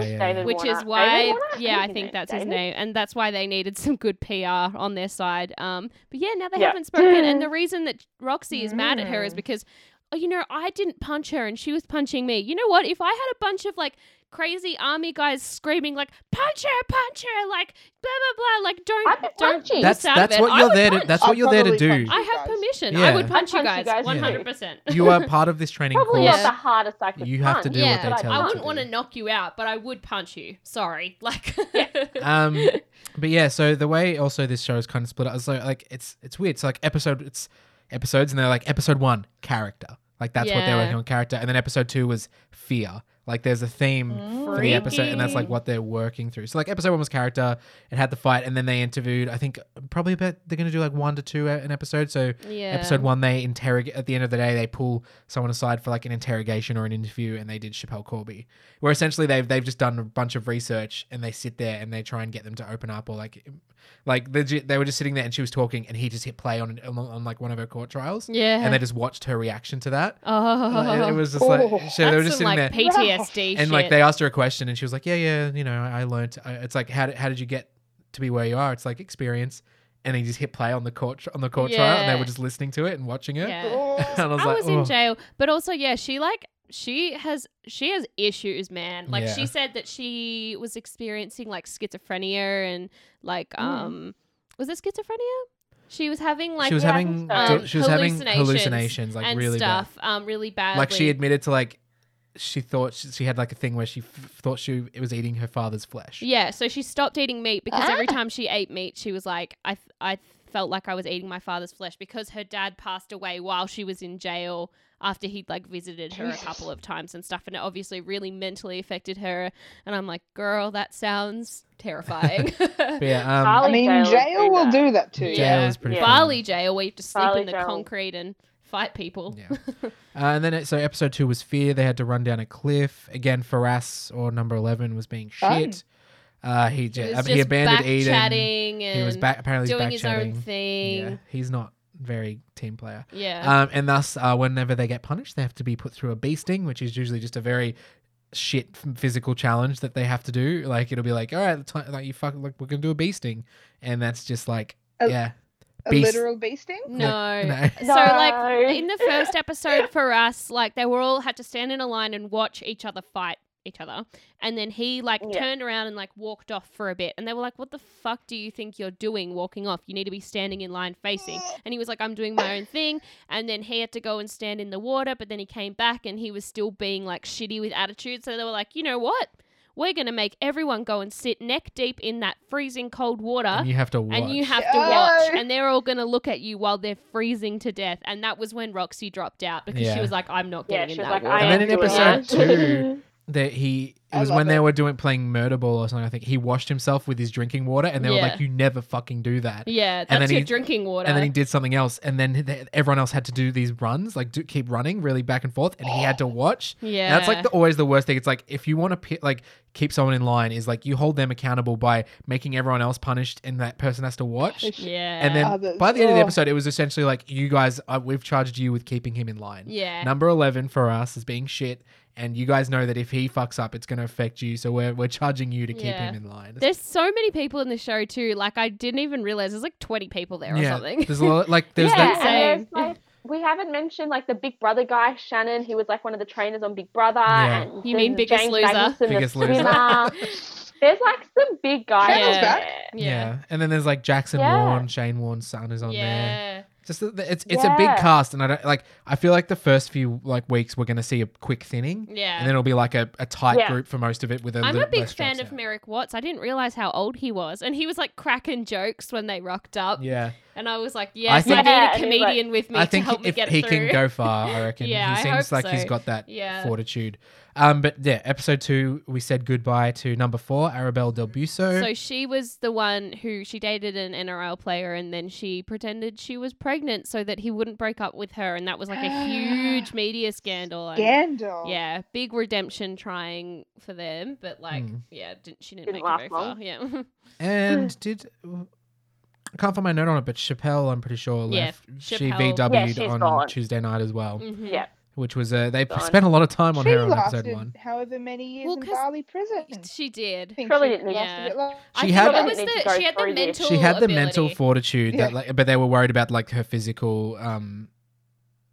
S1: Yeah, yeah, yeah.
S3: David
S2: which is
S3: Warner. David
S2: why
S3: Warner?
S2: yeah i
S3: his
S2: think
S3: name.
S2: that's his
S3: David?
S2: name and that's why they needed some good pr on their side um but yeah now they
S3: Yeah.
S2: haven't spoken and the reason that roxy is mad at her is because oh you know i didn't punch her and she was punching me you know what if i had a bunch of like crazy army guys screaming like punch her punch her like blah blah blah like don't
S3: I've been
S2: don't
S3: punching.
S2: piss
S1: That's
S2: out of
S1: that's
S2: it.
S1: what
S2: I
S1: you're
S2: would
S1: there to
S2: punch.
S1: that's what you're there to
S4: I'll
S1: do.
S4: probably punch
S2: i have permission
S1: Yeah.
S2: i would punch you
S3: I'd
S2: guys
S3: punch you guys
S2: 100%
S1: You are part of this training
S3: Probably
S1: course.
S3: not the hardest I could.
S1: You have to
S3: punch,
S1: do
S2: what
S3: but
S2: they
S3: I
S1: tell you to
S2: I
S3: punch.
S2: wouldn't
S1: do.
S2: want to knock you out, but I would punch you. Sorry. Like
S1: um but yeah so the way also this show is kind of split up so like it's it's weird so like episode it's episodes and they're like episode one character like that's what they're
S2: Yeah.
S1: working on character and then episode two was fear like there's a theme
S4: Mm.
S1: for the episode and that's like what they're working through so like episode one was character it had the fight and then they interviewed i think probably about they're going to do like one to two an episode so
S2: Yeah.
S1: episode one they interrogate at the end of the day they pull someone aside for like an interrogation or an interview and they did chappelle corby where essentially they've they've just done a bunch of research and they sit there and they try and get them to open up or like like they, they were just sitting there and she was talking and he just hit play on on, on like one of her court trials
S2: Yeah.
S1: and they just watched her reaction to that Like,
S2: oh,
S1: it, it was just like
S4: Oh.
S1: so they were just
S2: That's
S1: sitting
S2: some,
S1: there
S2: like, PTSD shit.
S1: and like they asked her a question and she was like yeah yeah you know i, I learned I, it's like how did, how did you get to be where you are it's like experience and he just hit play on the court tr- on the court trial and they
S2: Yeah.
S1: were just listening to it and watching it
S2: Yeah.
S1: and i was
S2: I
S1: like
S2: was
S1: "Oh."
S2: in jail, but also yeah, she like she has she has issues, man. Like
S1: Yeah.
S2: she said that she was experiencing like schizophrenia and like um was it schizophrenia? She was having like um,
S1: she was
S3: yeah, I
S1: having
S3: think so.
S1: she was having
S2: hallucinations
S1: hallucinations like
S2: and
S1: really bad
S2: stuff um really badly.
S1: like she admitted to like she thought she, she had like a thing where she f- thought she it was eating her father's flesh.
S2: Yeah, so she stopped eating meat because every
S3: Ah.
S2: time she ate meat, she was like, I, I felt like I was eating my father's flesh because her dad passed away while she was in jail after he'd like visited her a couple of times and stuff. And it obviously really mentally affected her. And I'm like, girl, that sounds terrifying.
S1: But yeah, um,
S3: Charlie
S4: I mean,
S3: Jail
S4: jail,
S3: would do
S4: will
S3: that.
S4: do that too.
S1: jail
S2: Yeah.
S1: is pretty
S3: Yeah.
S1: fun.
S2: Bali jail where you have to sleep
S3: Bali
S2: in the
S3: jail.
S2: concrete and fight people.
S1: Yeah. Uh, and then it, so episode two was fear. They had to run down a cliff again. Faras or number eleven was being
S4: Fun.
S1: shit. Uh, he
S2: He
S1: just,
S2: was
S1: I mean, he
S2: just
S1: abandoned
S2: back
S1: Eden.
S2: chatting and
S1: He was back apparently
S2: doing
S1: back
S2: his own
S1: chatting. Yeah,
S2: thing.
S1: he's not very team player.
S2: Yeah.
S1: Um, and thus, uh, whenever they get punished, they have to be put through a bee sting, which is usually just a very shit f- physical challenge that they have to do. Like it'll be like, all right, ti- like you fuck, like we're gonna do a bee sting, and that's just like,
S2: Oh.
S4: A-
S1: yeah,
S4: A
S1: Beast.
S4: literal bee sting?
S1: Um,
S2: no.
S1: no.
S2: So
S3: No.
S2: like in the first episode for us, like they were all had to stand in a line and watch each other fight each other. And then he like
S3: Yeah.
S2: turned around and like walked off for a bit. And they were like, What the fuck do you think you're doing walking off? You need to be standing in line facing. And he was like, I'm doing my own thing. And then he had to go and stand in the water, but then he came back and he was still being like shitty with attitude. So they were like, you know what? We're gonna make everyone go and sit neck deep in that freezing cold water
S1: and you have to watch.
S2: and you have to
S4: Oh.
S2: watch and they're all going to look at you while they're freezing to death and that was when roxy dropped out because
S1: Yeah.
S2: she was like i'm not
S3: Yeah,
S2: getting
S3: she
S2: in that
S3: was like,
S2: water
S3: I
S1: And then
S3: am
S1: in
S3: doing
S1: episode
S3: that.
S1: two, that he it
S4: I
S1: was
S4: love
S1: when they
S4: it.
S1: were doing playing murder ball or something. I think he washed himself with his drinking water, and they were
S2: Yeah.
S1: like, "You never fucking do that."
S2: Yeah,
S1: And
S2: that's
S1: then
S2: your
S1: he-
S2: drinking water.
S1: And then he did something else, and then th- everyone else had to do these runs, like do, keep running really back and forth, and he had to watch.
S2: yeah,
S1: And that's like the, always the worst thing. It's like if you want to pe- like keep someone in line, is like you hold them accountable by making everyone else punished, and that person has to watch.
S2: yeah,
S1: And then
S4: Others.
S1: by the end of the
S4: Oh.
S1: episode, it was essentially like you guys, uh, we've charged you with keeping him in line.
S2: yeah,
S1: Number 11 for us is being shit. And you guys know that if he fucks up, it's going to affect you. So we're, we're charging you to keep
S2: Yeah.
S1: him in line.
S2: There's so many people in the show too. Like I didn't even realize there's like 20 people there or something.
S1: There's a lot, like, there's
S2: Yeah.
S1: that.
S2: that-
S3: and
S2: Same.
S3: there's, like, we haven't mentioned like the Big Brother guy, Shannon. He was like one of the trainers on Big Brother.
S1: Yeah.
S3: And
S2: You mean
S3: there's
S2: Biggest
S3: James
S2: Loser.
S3: Magnuson, the
S1: Biggest Loser.
S3: swimmer. there's like some big guys.
S4: Shannon's
S3: in
S4: back.
S3: there.
S1: Yeah. Oh, And then there's like Jackson
S3: Yeah.
S1: Warren, Shane Warren's son is on there.
S2: yeah.
S1: Just the- the- it's it's a big
S3: Yeah.
S1: cast, and I don't like. I feel like the first few like weeks we're gonna see a quick thinning,
S2: Yeah.
S1: and then it'll be like a, a tight
S3: Yeah.
S1: group for most of it. With a
S2: I'm
S1: li-
S2: a big
S1: less
S2: fan
S1: drops
S2: of
S1: out.
S2: Merrick Watts. I didn't realize how old he was, and he was like cracking jokes when they rocked up,
S1: Yeah,
S2: and I was like, "Yes, I,
S1: think-
S2: need a
S3: Yeah, and he's like-
S2: comedian with me
S1: I think
S2: to help me
S1: if
S2: get
S1: he
S2: through."
S1: can go far, I reckon.
S2: Yeah,
S1: he
S2: I
S1: seems
S2: hope
S1: like he's
S2: so.
S1: got that
S2: Yeah.
S1: fortitude. Um, but yeah, episode two, we said goodbye to number four, Arabelle Del Busso.
S2: So she was the one who she dated an NRL player, and then she pretended she was pregnant so that he wouldn't break up with her, and that was like a huge media scandal. and-
S4: Gandalf.
S2: Yeah, big redemption trying for them, but like,
S1: Mm.
S2: yeah, didn't, she didn't,
S3: Didn't
S2: make it
S3: last
S2: very
S3: long.
S2: far. Yeah,
S1: and did I can't find my note on it, but Chappelle, I'm pretty sure
S2: Yeah,
S1: left. she
S2: Chappelle.
S3: Yeah,
S1: VW'd
S3: she's
S1: on
S3: gone.
S1: Tuesday night as well,
S2: Mhm.
S3: Yeah.
S1: which was uh, they
S3: Gone.
S1: spent a lot of time on
S4: She
S1: her on
S4: lasted
S1: episode one.
S4: however many years
S2: Well,
S4: in
S2: 'cause-
S4: Bali prison.
S2: she did.
S4: think
S3: Probably
S4: she
S3: didn't need-
S4: lasted a
S2: Yeah.
S4: bit long.
S1: She had-
S2: I think it
S1: Probably
S2: was
S3: need
S2: the,
S3: to go
S2: she had the
S3: through this.
S2: mental.
S1: She had the
S2: ability.
S1: mental fortitude that,
S4: Yeah.
S1: like, but they were worried about like her physical um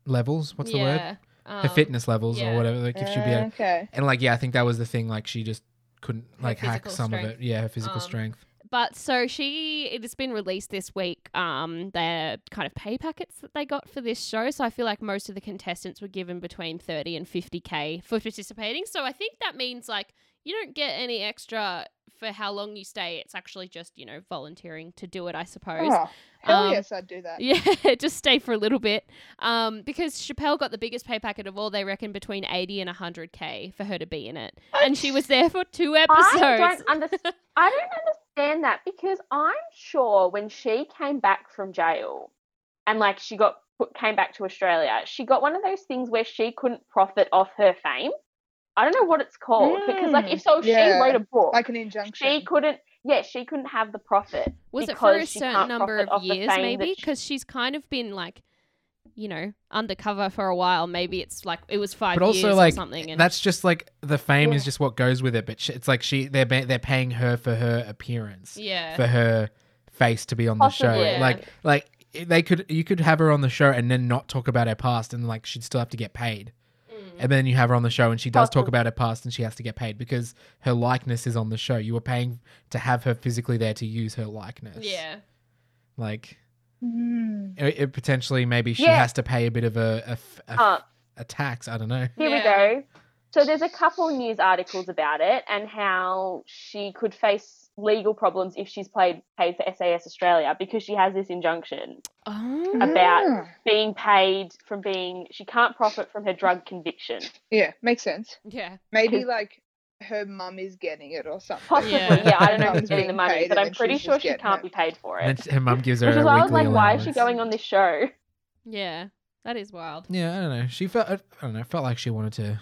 S1: levels. What's the word?
S2: yeah.
S1: Her
S2: um,
S1: fitness levels
S2: yeah.
S1: or whatever. Like if she'd be
S3: Uh,
S1: able
S4: okay.
S1: And like, yeah, I think that was the thing. Like, she just couldn't like hack
S2: physical
S1: some of it.
S2: strength.
S1: Yeah, her physical
S2: Um,
S1: strength.
S2: But so she, it has been released this week. Um, the kind of pay packets that they got for this show. So I feel like most of the contestants were given between thirty and fifty k for participating. So I think that means like you don't get any extra for how long you stay. It's actually just you know volunteering to do it, I suppose.
S4: Oh, hell
S2: Um,
S4: yes, I'd do that.
S2: Yeah, just stay for a little bit. Um, because Chappelle got the biggest pay packet of all. They reckon between eighty and hundred k for her to be in it, and she was there for two
S3: I
S2: episodes.
S3: don't understand. I don't understand that because I'm sure when she came back from jail, and like she got put- came back to Australia, she got one of those things where she couldn't profit off her fame. I don't know what it's called because like
S2: Hmm.
S3: if so, if she
S4: yeah.
S3: wrote a book,
S4: Like an
S3: she
S4: injunction.
S3: couldn't. Yeah, she couldn't have the profit.
S2: Was it for
S3: because
S2: a
S3: she
S2: certain
S3: can't
S2: number
S3: profit
S2: of
S3: off the
S2: years,
S3: fame
S2: maybe?
S3: that she-
S2: Because she's kind of been like, you know, undercover for a while. Maybe it's like it was five
S1: But also,
S2: years
S1: like,
S2: or something. And
S1: that's just like the fame is
S3: Yeah.
S1: just what goes with it. But sh it's like she they're ba- they're paying her for her appearance,
S2: yeah,
S1: for her face to be on the show.
S3: Possibly.
S1: Like like they could you could have her on the show and then not talk about her past, and like she'd still have to get paid.
S2: Mm.
S1: And then you have her on the show, and she does talk
S3: Possibly.
S1: about her past, and she has to get paid because her likeness is on the show. You were paying to have her physically there to use her likeness.
S2: yeah.
S1: like
S4: Mm.
S1: it, it potentially maybe she
S3: Yeah.
S1: has to pay a bit of a a f- a f-
S3: Uh,
S1: a tax. I don't know.
S3: Here
S2: Yeah.
S3: we go. So there's a couple news articles about it and how she could face legal problems if she's played paid for SAS Australia because she has this injunction
S2: Oh.
S3: about
S4: Ah.
S3: being paid from being she can't profit from her drug conviction.
S4: Yeah, makes sense.
S2: Yeah.
S4: Maybe like her mum is getting it or something.
S3: Possibly,
S2: Yeah.
S3: yeah, I don't know
S4: Mum's
S3: who's getting the
S4: being
S3: money,
S4: paid
S3: but
S4: and
S3: I'm
S4: then
S3: pretty
S4: she's
S3: sure
S4: just
S3: she
S4: getting
S3: can't
S4: it.
S3: be paid for
S1: And
S3: it.
S1: then her mum gives her
S3: Which
S1: a
S3: is why I was
S1: weekly
S3: like, why is she
S1: allowance.
S3: going on this show?
S2: Yeah. That is wild.
S1: Yeah, I don't know. She felt I don't know. Felt like she wanted to.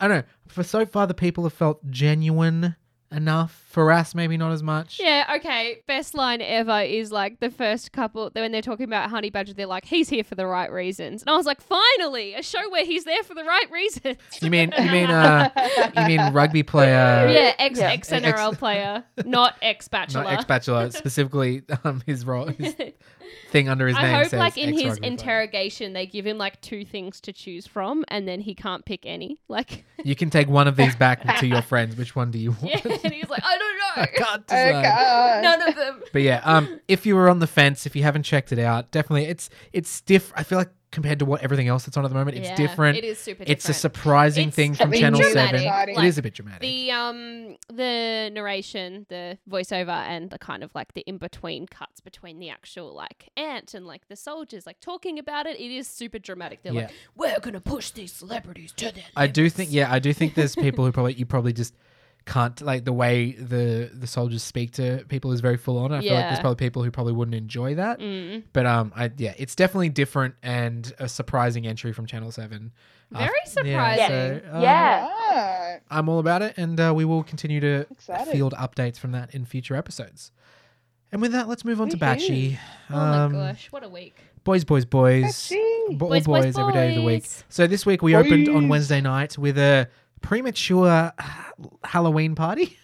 S1: I don't know. For so far, the people have felt genuine enough. For us, maybe not as much.
S2: Yeah, okay. Best line ever is like the first couple when they're talking about Honey Badger, they're like, he's here for the right reasons. And I was like, finally, a show where he's there for the right reasons.
S1: You mean you mean uh you mean rugby player?
S2: yeah, ex
S3: Yeah.
S2: ex NRL player, not ex bachelor.
S1: Not ex bachelor specifically. Um, his role, his thing under his name
S2: I hope,
S1: says
S2: like in his
S1: ex-rugby player.
S2: interrogation, they give him like two things to choose from, and then he can't pick any. Like,
S1: You can take one of these back to your friends. Which one do you want?
S2: yeah, and he's like,
S1: I
S2: I
S1: can't
S4: Oh,
S1: decide.
S2: don't
S4: God.
S2: know, none of them.
S1: But yeah, um, if you were on the fence, if you haven't checked it out, definitely it's it's stiff. I feel like compared to what everything else that's on at the moment. It's
S2: Yeah,
S1: different.
S2: It is super different.
S1: it's a surprising
S2: It's
S1: thing
S2: a
S1: from
S4: bit
S1: Channel
S4: dramatic,
S1: Seven.
S4: like-
S1: it is a bit dramatic.
S2: the um the narration, the voiceover, and the kind of like the in between cuts between the actual like ant and like the soldiers like talking about it. It is super dramatic. They're like, "We're gonna push these celebrities to their."
S1: I do
S2: limits."
S1: think, yeah, I do think there's people who probably you probably just can't like the way the the soldiers speak to people is very full on. I feel like there's
S2: Yeah.
S1: probably people who probably wouldn't enjoy that.
S2: Mm.
S1: But um, I yeah, it's definitely different and a surprising entry from Channel Seven. Uh,
S2: Very
S1: Yeah,
S2: surprising.
S1: so, uh,
S3: Yeah.
S4: Right.
S1: I'm all about it, and uh, we will continue to
S4: Excited.
S1: field updates from that in future episodes. And with that, let's move on to
S4: Woohoo.
S1: Batchy.
S2: Oh
S1: Um,
S2: my gosh, what a week!
S1: Boys, boys, boys.
S4: Batchy.
S1: Bo- all
S2: Boys, boys,
S1: every day of the week.
S2: boys.
S1: So this week we opened on
S4: Boys.
S1: Wednesday night with a premature ah, Halloween party.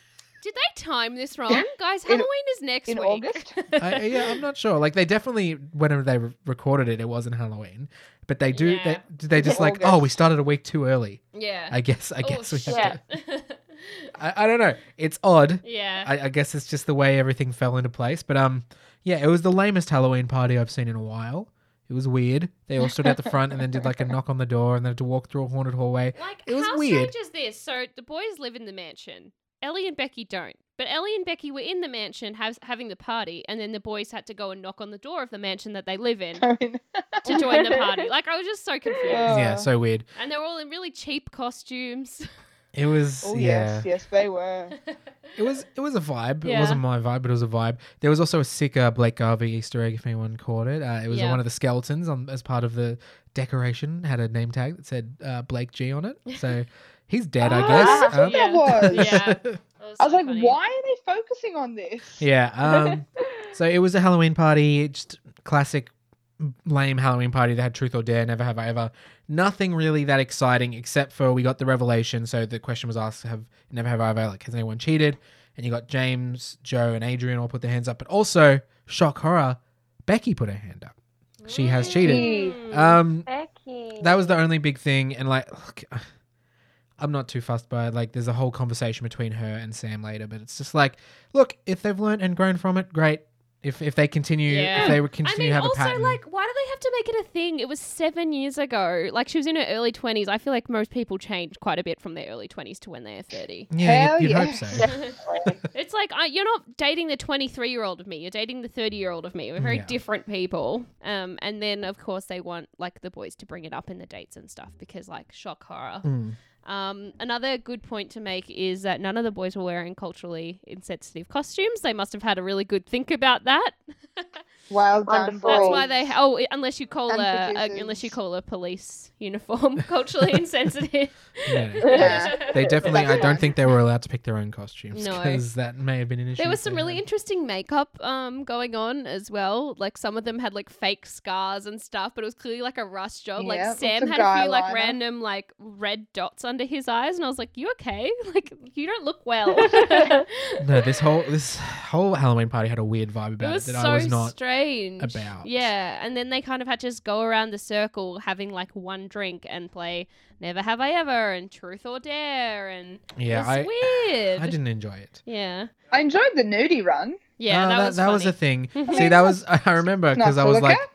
S2: Did they time this wrong, guys?
S4: In-
S2: Halloween is next
S4: in
S2: week.
S4: August?
S1: I, yeah, I'm not sure. Like they definitely, whenever they re- recorded it, it wasn't Halloween. But they do.
S2: Yeah.
S1: They, did they just like,
S4: August.
S1: oh, we started a week too early.
S2: yeah.
S1: I guess. I
S2: Oh,
S1: guess we have
S3: shit.
S1: to. I, I don't know. It's odd.
S2: yeah.
S1: I, I guess it's just the way everything fell into place. But um, yeah, it was the lamest Halloween party I've seen in a while. It was weird. They all stood at the front and then did like a knock on the door and then had to walk through a haunted hallway.
S2: Like,
S1: It was
S2: how
S1: weird.
S2: strange is this? So the boys live in the mansion. Ellie and Becky don't. But Ellie and Becky were in the mansion has, having the party, and then the boys had to go and knock on the door of the mansion that they live in
S4: I mean,
S2: to join the party. Like, I was just so confused.
S4: Yeah.
S1: yeah,
S4: Uh.
S1: so weird.
S2: And they were all in really cheap costumes.
S1: It was
S4: oh
S1: yeah.
S4: yes, yes, they were.
S1: It was it was a vibe. It
S2: Yeah.
S1: wasn't my vibe, but it was a vibe. There was also a sick uh, Blake Garvey Easter egg if anyone caught it. Uh, it was
S2: Yeah.
S1: one of the skeletons on, as part of the decoration had a name tag that said uh, Blake G on it. So he's dead, I
S4: Ah,
S1: guess.
S4: that's
S1: Um,
S4: what that was.
S2: Yeah.
S4: I was
S2: so
S4: like,
S2: funny.
S4: why are they focusing on this?
S1: Yeah. Um, so it was a Halloween party, just classic lame Halloween party that had Truth or Dare, Never Have I Ever. Nothing really that exciting except for we got the revelation. So the question was asked, have Never Have I Ever, like, has anyone cheated? And you got James, Joe, and Adrian all put their hands up. But also, shock horror, Becky put her hand up. She has cheated.
S2: Mm.
S1: Um,
S3: Becky.
S1: that was the only big thing and like look, i'm not too fussed by it like there's a whole conversation between her and sam later but it's just like look if they've learned and grown from it great if if they continue
S2: Yeah.
S1: if they
S2: I
S1: continue
S2: mean,
S1: to have
S2: also,
S1: a pattern
S2: like, why do they have to make it a thing? It was seven years ago. Like, she was in her early 20s. I feel like most people change quite a bit from their early 20s to when they're 30.
S1: yeah
S4: Hell
S1: you'd, you'd
S4: yeah.
S1: hope so
S2: It's like I, you're not dating the 23 year old of me. You're dating the 30 year old of me. We're very
S1: Yeah.
S2: different people. Um, and then of course they want like the boys to bring it up in the dates and stuff because like shock horror.
S1: Mm.
S2: Um, another good point to make is that none of the boys were wearing culturally insensitive costumes. They must have had a really good think about that.
S4: Well done,
S3: Wonderful.
S4: boys.
S2: That's why they oh unless you call
S4: And
S2: a, a
S4: producers.
S2: unless you call a police uniform culturally insensitive.
S1: No, no.
S4: Yeah.
S1: they definitely i
S4: That's
S1: don't
S4: fine.
S1: think they were allowed to pick their own costumes
S2: No.
S1: because that may have been an issue
S2: There was
S1: if
S2: some
S1: they
S2: really
S1: had.
S2: interesting makeup um, going on as well. Like some of them had like fake scars and stuff, but it was clearly like a rust job.
S4: Yeah,
S2: like
S4: lots
S2: Sam
S4: of
S2: had a
S4: dry
S2: few like
S4: liner.
S2: random like red dots under his eyes, and I was like, "You okay? Like you don't look well." it
S3: It
S1: no this whole this whole halloween party had a weird vibe about
S2: was
S1: it that
S2: so
S1: i was not
S2: strange.
S1: about.
S2: yeah, and then they kind of had to just go around the circle, having like one drink and play "Never Have I Ever" and "Truth or Dare," and
S1: yeah
S2: it was
S1: i
S2: weird.
S1: i didn't enjoy it
S2: Yeah,
S4: I enjoyed the nudie run.
S2: yeah,
S1: No,
S2: that, was funny.
S1: a thing.
S4: mean,
S1: See, that was I remember
S4: not
S1: because I
S4: to
S1: was
S4: look
S1: like,
S4: at.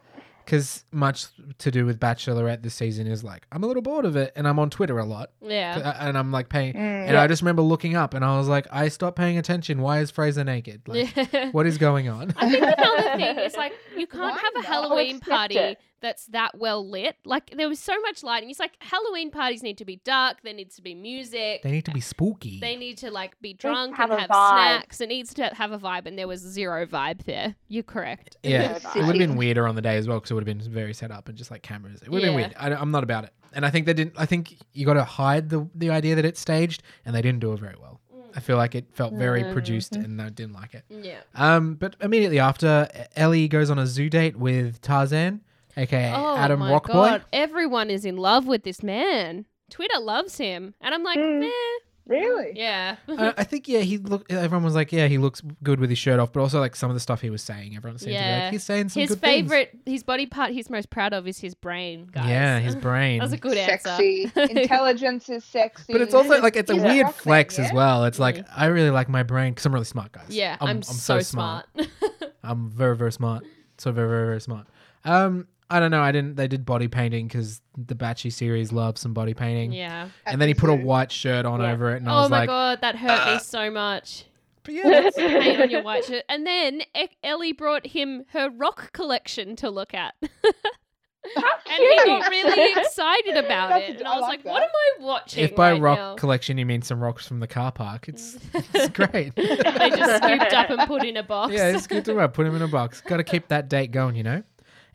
S1: because much to do with Bachelorette this season is like I'm a little bored of it, and I'm on Twitter a lot, uh,
S2: yeah.
S1: and I'm like paying,
S4: Mm.
S1: and I just remember looking up, and I was like, I stopped paying attention. Why is Fraser naked? Like, what is going on?
S2: I think another thing is like you can't
S4: Why
S2: have a
S4: not?
S2: Halloween
S3: Expect
S2: party
S3: it.
S2: that's that well lit. Like there was so much lighting. It's like Halloween parties need to be dark. There needs to be music.
S1: They need to be spooky.
S2: They need to like be drunk
S3: have
S2: and
S3: a
S2: have
S3: vibe.
S2: snacks. It needs to have a vibe, and there was zero vibe there. You're correct.
S1: yeah,
S3: Yeah,
S1: it would have been weirder on the day as well because it would have been very set up and just like cameras. It would have
S2: Yeah.
S1: been weird. I, I'm not about it, and I think they didn't. I think you got to hide the the idea that it's staged, and they didn't do it very well.
S2: Mm.
S1: I feel like it felt very produced, and I didn't like it.
S2: Yeah.
S1: Um, but immediately after, E- Ellie goes on a zoo date with Tarzan, aka
S2: Oh
S1: Adam
S2: my
S1: Rockboy.
S2: god! Everyone is in love with this man. Twitter loves him, and I'm like,
S4: Mm.
S2: meh.
S4: Really?
S2: Yeah.
S1: Uh, I, I think yeah, he look. Everyone was like, yeah, he looks good with his shirt off, but also like some of the stuff he was saying, everyone seemed to be
S2: Yeah.
S1: like, he's saying some
S2: His
S1: good
S2: favorite, his body part he's most proud of is his brain,
S1: Things.
S2: guys.
S1: Yeah, his brain.
S2: That was a good answer.
S4: sexy. Intelligence is sexy.
S1: but it's also like it's a
S4: He's a
S1: weird
S4: rock man,
S1: flex as
S4: yeah?
S1: well. It's like I really like my brain because I'm really smart, guys.
S2: Yeah, I'm, so, smart.
S1: I'm very very smart. So very very very smart. Um, I don't know. I didn't. They did body painting because the Batchy series loves some body painting.
S2: Yeah.
S4: at
S1: And then he
S4: the
S1: put a
S4: zoo.
S1: white shirt on
S3: Yeah.
S1: over it, and I
S2: Oh
S1: was
S2: my
S1: like,
S2: god, that hurt me so much.
S1: but yeah, that's-
S2: Paint on your white shirt. And then E- Ellie brought him her rock collection to look at.
S3: How
S2: And
S3: cute.
S2: he got really excited about
S4: That's
S2: it.
S4: a-
S2: And
S4: I
S2: I was like,
S4: like
S2: what am
S4: that.
S2: I watching?
S1: if by
S2: right
S1: rock
S2: now?
S1: collection you mean some rocks from the car park, it's it's great.
S2: they just scooped up and put in a box.
S1: yeah, it's good to know. Put him in a box. Got to keep that date going, you know.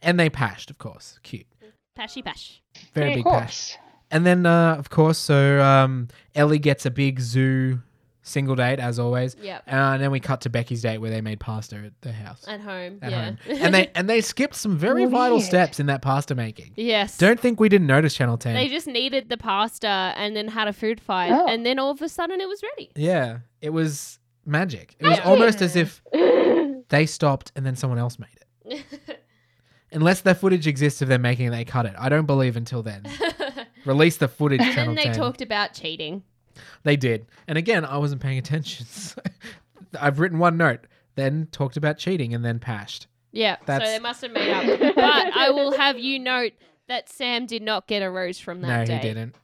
S1: And they pashed, of course. Cute,
S2: Pashy pash.
S1: very
S3: Yeah,
S1: big
S3: of
S1: pash.
S3: course.
S1: And then, uh, of course, so um, Ellie gets a big zoo single date as always,
S2: Yep.
S1: uh, and then we cut to Becky's date where they made pasta at their house
S2: At home.
S1: at
S2: yeah.
S1: home, and they and they skipped some very vital
S4: Weird.
S1: steps in that pasta making.
S2: yes.
S1: Don't think we didn't notice Channel Ten.
S2: They just needed the pasta and then had a food fight.
S3: Oh.
S2: And then all of a sudden it was ready.
S1: yeah, it was magic. It was
S2: Magic.
S1: almost as if they stopped and then someone else made it. Unless their footage exists of them making it, they cut it. I don't believe until then.
S2: and
S1: Release the footage, Channel
S2: then they
S1: 10.
S2: talked about cheating.
S1: They did. And again, I wasn't paying attention. So I've written one note, then talked about cheating, and then pashed.
S2: Yeah.
S1: That's-
S2: So they must have made up. but I will have you note that Sam did not get a rose from
S1: No,
S2: that day.
S1: he didn't.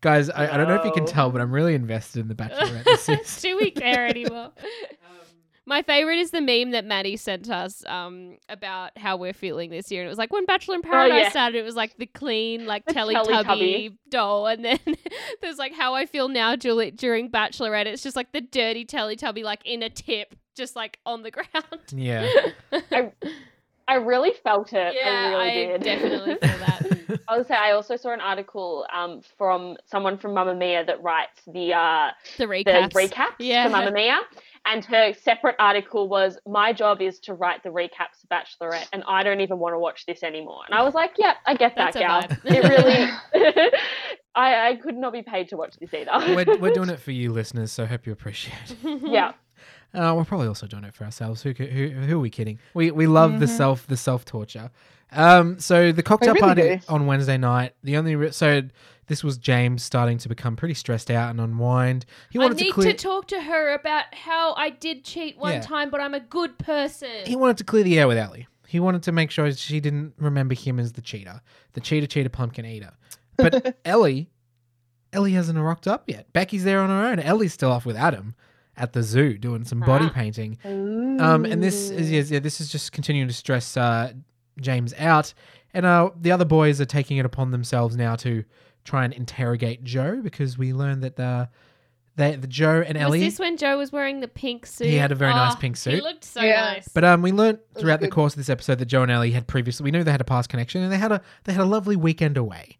S1: Guys, I, I don't know if you can
S3: No.
S1: tell, but I'm really invested in The Bachelorette. This is-
S2: Do we care anymore?
S3: Um,
S2: My favorite is the meme that Maddie sent us um, about how we're feeling this year. And it was like when Bachelor in Paradise
S3: Oh, yeah.
S2: started, it was like the clean, like
S3: The
S2: Teletubby,
S3: Teletubby.
S2: doll. And then there's like how I feel now Julie, during Bachelorette. It's just like the dirty Teletubby, like in a tip, just like on the ground.
S1: yeah.
S3: I, I really felt it. I
S2: yeah,
S3: really
S2: I,
S3: did.
S2: definitely feel that.
S3: I would say I also saw an article um, from someone from Mamma Mia that writes the uh,
S2: The
S3: the
S2: recaps.
S3: recaps
S2: Yeah.
S3: for Mamma Mia, and her separate article was my job is to write the recaps to Bachelorette, and I don't even want to watch this anymore. And I was like, yeah, I get that,
S2: That's a
S3: gal.
S2: vibe.
S3: It really, I, I could not be paid to watch this either.
S1: We're, we're doing it for you, listeners, so I hope you appreciate it.
S3: yeah,
S1: Uh, we're probably also doing it for ourselves. Who, ca- who, who are we kidding? We, we love the self the self torture. Um, so the cocktail
S4: Mm-hmm. really
S1: party
S4: do.
S1: on Wednesday night. The only re- so this was James starting to become pretty stressed out and unwind. He
S2: I
S1: wanted
S2: need
S1: to
S2: to,
S1: clear.
S2: talk to her about how I did cheat one
S1: Yeah.
S2: time, but I'm a good person.
S1: he wanted to clear the air with Ellie. He wanted to make sure she didn't remember him as the cheater, the cheater, cheater, pumpkin eater. But Ellie, Ellie hasn't rocked up yet. Becky's there on her own. Ellie's still off with Adam at the zoo doing some body
S2: Ah.
S1: painting. Um, and this is yes, yeah, this is just continuing to stress uh, James out, and uh, the other boys are taking it upon themselves now to try and interrogate Joe because we learned that the they, the Joe and Ellie.
S2: Was this when Joe was wearing the pink suit?
S1: He had a very nice
S2: Oh,
S1: pink
S2: He
S1: suit.
S2: looked so
S4: Yeah.
S2: nice.
S1: but um, we learned
S4: was
S1: throughout the
S4: good.
S1: course of this episode that Joe and Ellie had previously. We knew they had a past connection, and they had a they had a lovely weekend away,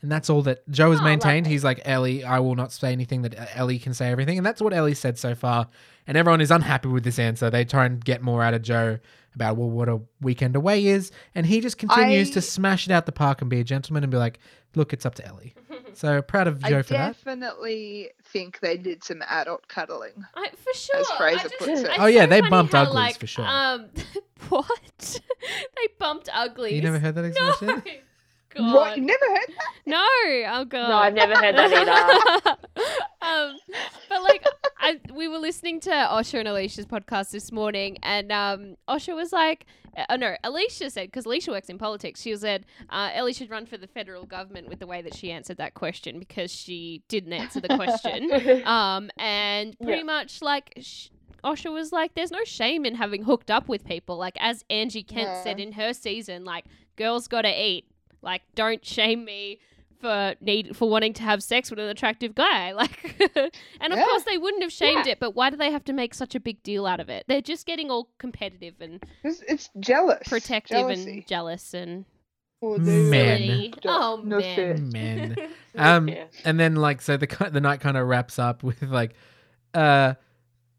S1: and that's all that Joe has
S2: Oh,
S1: maintained.
S2: lovely.
S1: He's like Ellie, I will not say anything that uh, Ellie can say everything, and that's what Ellie said so far. And everyone is unhappy with this answer. They try and get more out of Joe about well, what a weekend away is, and he just continues
S4: I-
S1: to smash it out the park and be a gentleman and be like, look, it's up to Ellie. So proud of Joe
S4: I
S1: for that.
S4: definitely think they did some adult cuddling.
S2: I, for sure.
S4: As Fraser
S2: I just,
S4: puts it.
S2: it's
S1: Oh, yeah,
S2: so
S1: they
S2: funny
S1: bumped
S2: how,
S1: uglies
S2: like,
S1: for sure.
S2: Um, what? they bumped uglies.
S1: You never heard that
S2: No.
S1: expression?
S2: God.
S4: What? You never heard that?
S2: No. Oh god.
S3: no, I've never heard that either.
S2: um, but like, I we were listening to Osha and Alicia's podcast this morning, and um, Osha was like, "Oh no," Alicia said because Alicia works in politics. She said uh, Ellie should run for the federal government with the way that she answered that question because she didn't answer the question. um, and pretty
S3: Yeah.
S2: much like. Sh- Osha was like, there's no shame in having hooked up with people. Like, as Angie Kent
S4: Yeah.
S2: said in her season, like, girls gotta eat. Like, don't shame me for need for wanting to have sex with an attractive guy. Like, and of
S4: Yeah.
S2: course they wouldn't have shamed it, but why do they have to make such a big deal out of it? They're just getting all competitive and
S4: It's, it's jealous.
S2: protective
S4: Jealousy.
S2: and Oh, jealous and
S4: Or
S1: Mm.
S4: there's-
S1: Men.
S2: silly. Oh
S4: No
S2: man.
S4: shit.
S1: Man. Um,
S3: Yeah.
S1: and then like so the ki- the night kind of wraps up with like, uh,